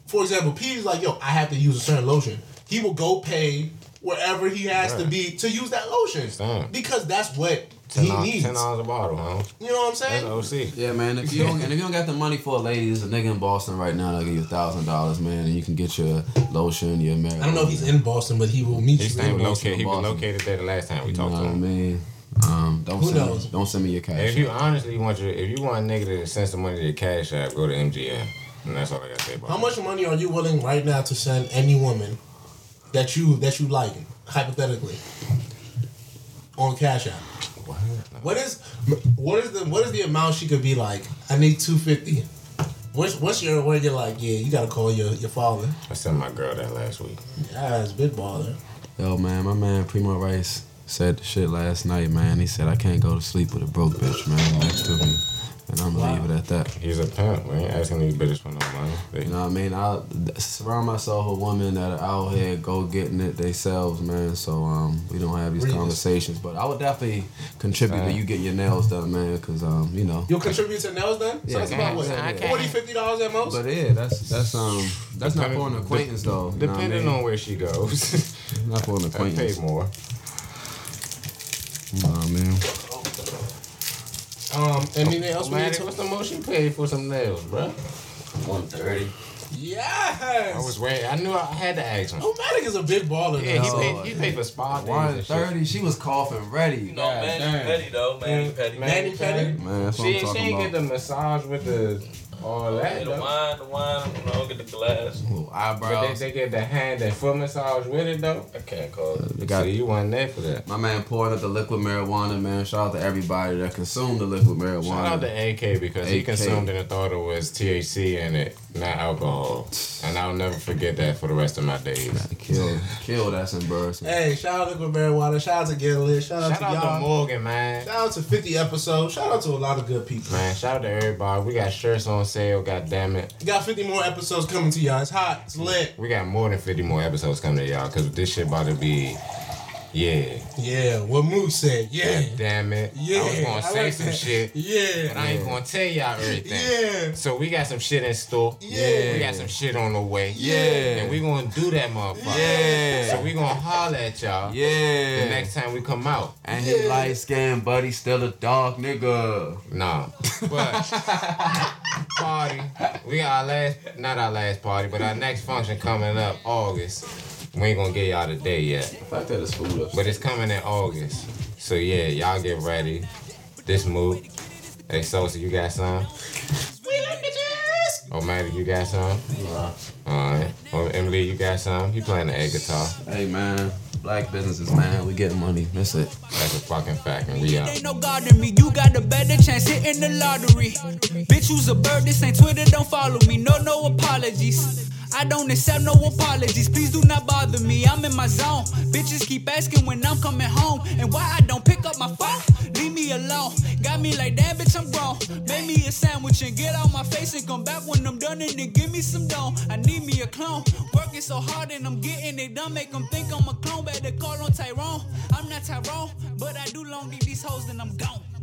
Speaker 5: for example P's like yo i have to use a certain lotion he will go pay wherever he has to
Speaker 2: Right.
Speaker 5: be to use that lotion
Speaker 2: Damn.
Speaker 5: because that's what
Speaker 2: Ten
Speaker 5: he
Speaker 2: dollars,
Speaker 5: needs
Speaker 2: ten dollars a bottle, huh?
Speaker 5: you know what i'm
Speaker 2: That's
Speaker 5: saying
Speaker 2: OC.
Speaker 1: Yeah, man. If you don't, and if you don't got the money for a lady, there's a nigga in Boston right now that'll give you a thousand dollars, man, and you can get your lotion, your marijuana.
Speaker 5: i don't know if he's in boston but he will meet
Speaker 2: He's
Speaker 5: you
Speaker 2: staying
Speaker 1: lotion
Speaker 2: located.
Speaker 1: in
Speaker 2: He was
Speaker 1: Boston.
Speaker 2: located there the last time we
Speaker 1: You know
Speaker 2: talked
Speaker 1: what
Speaker 2: to
Speaker 1: I
Speaker 2: him.
Speaker 1: mean? Um, don't
Speaker 5: Who
Speaker 1: send
Speaker 5: knows?
Speaker 1: Me, don't send me your cash.
Speaker 2: If you honestly want your, if you want a nigga to send some money to the cash app, go to MGM, and that's all I gotta say about.
Speaker 5: how
Speaker 2: it.
Speaker 5: much money are you willing right now to send any woman that you that you like hypothetically on cash app
Speaker 2: What?
Speaker 5: What is what is the what is the amount she could be like? I need two fifty. What's what's your where you're like? Yeah, you gotta call your your father.
Speaker 2: I sent my girl that last week.
Speaker 5: Yeah, it's big baller.
Speaker 1: Yo, man, my man Primo Rice said the shit last night, man. He said I can't go to sleep with a broke bitch, man, next to me, and I'm gonna leave it at that.
Speaker 2: He's a pimp. We ain't asking these bitches for no money. They,
Speaker 1: You know what I mean? I surround myself with women that are out here go getting it themselves, man. So um, we don't have these
Speaker 5: Reasons.
Speaker 1: conversations, but I would definitely contribute to you getting your nails done, man, because um, you know.
Speaker 5: You'll contribute to nails then. So
Speaker 1: Yeah,
Speaker 5: that's about what
Speaker 1: I can't.
Speaker 5: forty fifty dollars at most.
Speaker 1: But yeah, that's that's um that's not
Speaker 2: Depending-
Speaker 1: for an acquaintance though. You know what I
Speaker 2: depending
Speaker 1: mean?
Speaker 2: on where she goes, <laughs>
Speaker 1: not for an
Speaker 2: I pay
Speaker 1: acquaintance.
Speaker 2: more.
Speaker 1: You know what I mean?
Speaker 5: um, anything else we need
Speaker 2: Atlantic,
Speaker 5: to?
Speaker 2: what's the most you paid for some nails, bro?
Speaker 3: One thirty.
Speaker 2: I was
Speaker 5: Yes.
Speaker 2: waiting. I knew I had to ask him.
Speaker 5: Omatic is a big baller.
Speaker 2: Yeah,
Speaker 5: now.
Speaker 2: he paid. He paid for spa days.
Speaker 1: One
Speaker 2: and shit.
Speaker 1: thirty, she was coughing ready.
Speaker 3: No, Manny Petty though, Manny Petty.
Speaker 5: Manny Petty.
Speaker 1: Man, that's what
Speaker 2: She,
Speaker 1: I'm
Speaker 2: she
Speaker 1: talking
Speaker 2: ain't
Speaker 1: about.
Speaker 2: get the massage with the All that.
Speaker 3: The
Speaker 2: though.
Speaker 3: wine, the wine, you know, get the glass.
Speaker 1: Little
Speaker 2: But they,
Speaker 1: eyebrows.
Speaker 2: they get the hand that foot massage with it though.
Speaker 3: I can't call it.
Speaker 2: Got so you weren't there for that.
Speaker 1: My man pouring up the liquid marijuana, man. Shout out to everybody that consumed the liquid marijuana.
Speaker 2: Shout out to AK because he
Speaker 1: AK.
Speaker 2: consumed it and thought it was THC in it, not alcohol. And I'll never forget that for the rest of my days.
Speaker 1: Kill, kill, that's embarrassing.
Speaker 5: Hey, shout out to Liquid Marijuana. Shout out to Get Lit. Shout out
Speaker 2: Shout
Speaker 5: to
Speaker 2: out to
Speaker 5: y'all.
Speaker 2: Morgan, man.
Speaker 5: shout out to 50 episodes. Shout out to a lot of good people.
Speaker 2: Man, shout out to everybody. We got shirts on sale, god damn it.
Speaker 5: We got 50 more episodes coming to y'all. It's hot. It's lit.
Speaker 2: We got more than 50 more episodes coming to y'all because this shit about to be, yeah.
Speaker 5: Yeah, what Moose said. Yeah.
Speaker 2: God damn it.
Speaker 5: Yeah.
Speaker 2: I was going to
Speaker 5: I
Speaker 2: say
Speaker 5: like
Speaker 2: some
Speaker 5: that.
Speaker 2: shit, but
Speaker 5: Yeah.
Speaker 2: I ain't going to tell y'all everything.
Speaker 5: Yeah.
Speaker 2: So we got some shit in store.
Speaker 5: Yeah.
Speaker 2: We got some shit on the way.
Speaker 1: Yeah.
Speaker 2: And we going to do that motherfucker.
Speaker 1: Yeah.
Speaker 2: So we going to holler at y'all
Speaker 1: Yeah.
Speaker 2: the next time we come out.
Speaker 1: and his light skinned buddy still a dog nigga.
Speaker 2: Nah.
Speaker 5: <laughs>
Speaker 2: But party. We got our last not our last party, but our next function coming up August. We ain't gonna get y'all the day yet.
Speaker 8: I like that it's food up.
Speaker 2: But it's coming in August. So yeah, y'all get ready. This move. Hey Sosa, you got some? Oh Maddie, you got some? Alright. Oh Emily, you got some? He playing the egg guitar.
Speaker 1: Hey man, black businesses, man. We getting money. That's it.
Speaker 2: That's a fucking fact and we out.
Speaker 9: Ain't no God in me, you got a better chance hitting the lottery. Bitch, you's a bird, this ain't Twitter, don't follow me, no, no apologies. I don't accept no apologies, please do not bother me, I'm in my zone. Bitches keep asking when I'm coming home, and why I don't pick up my phone? Leave me alone, got me like that, bitch, I'm grown. Make me a sandwich and get out my face and come back when I'm done and then give me some dough. I need me a clone, working so hard and I'm getting it done, make them think I'm a clone, better call on Tyrone. I'm not Tyrone, but I do long these hoes and I'm gone.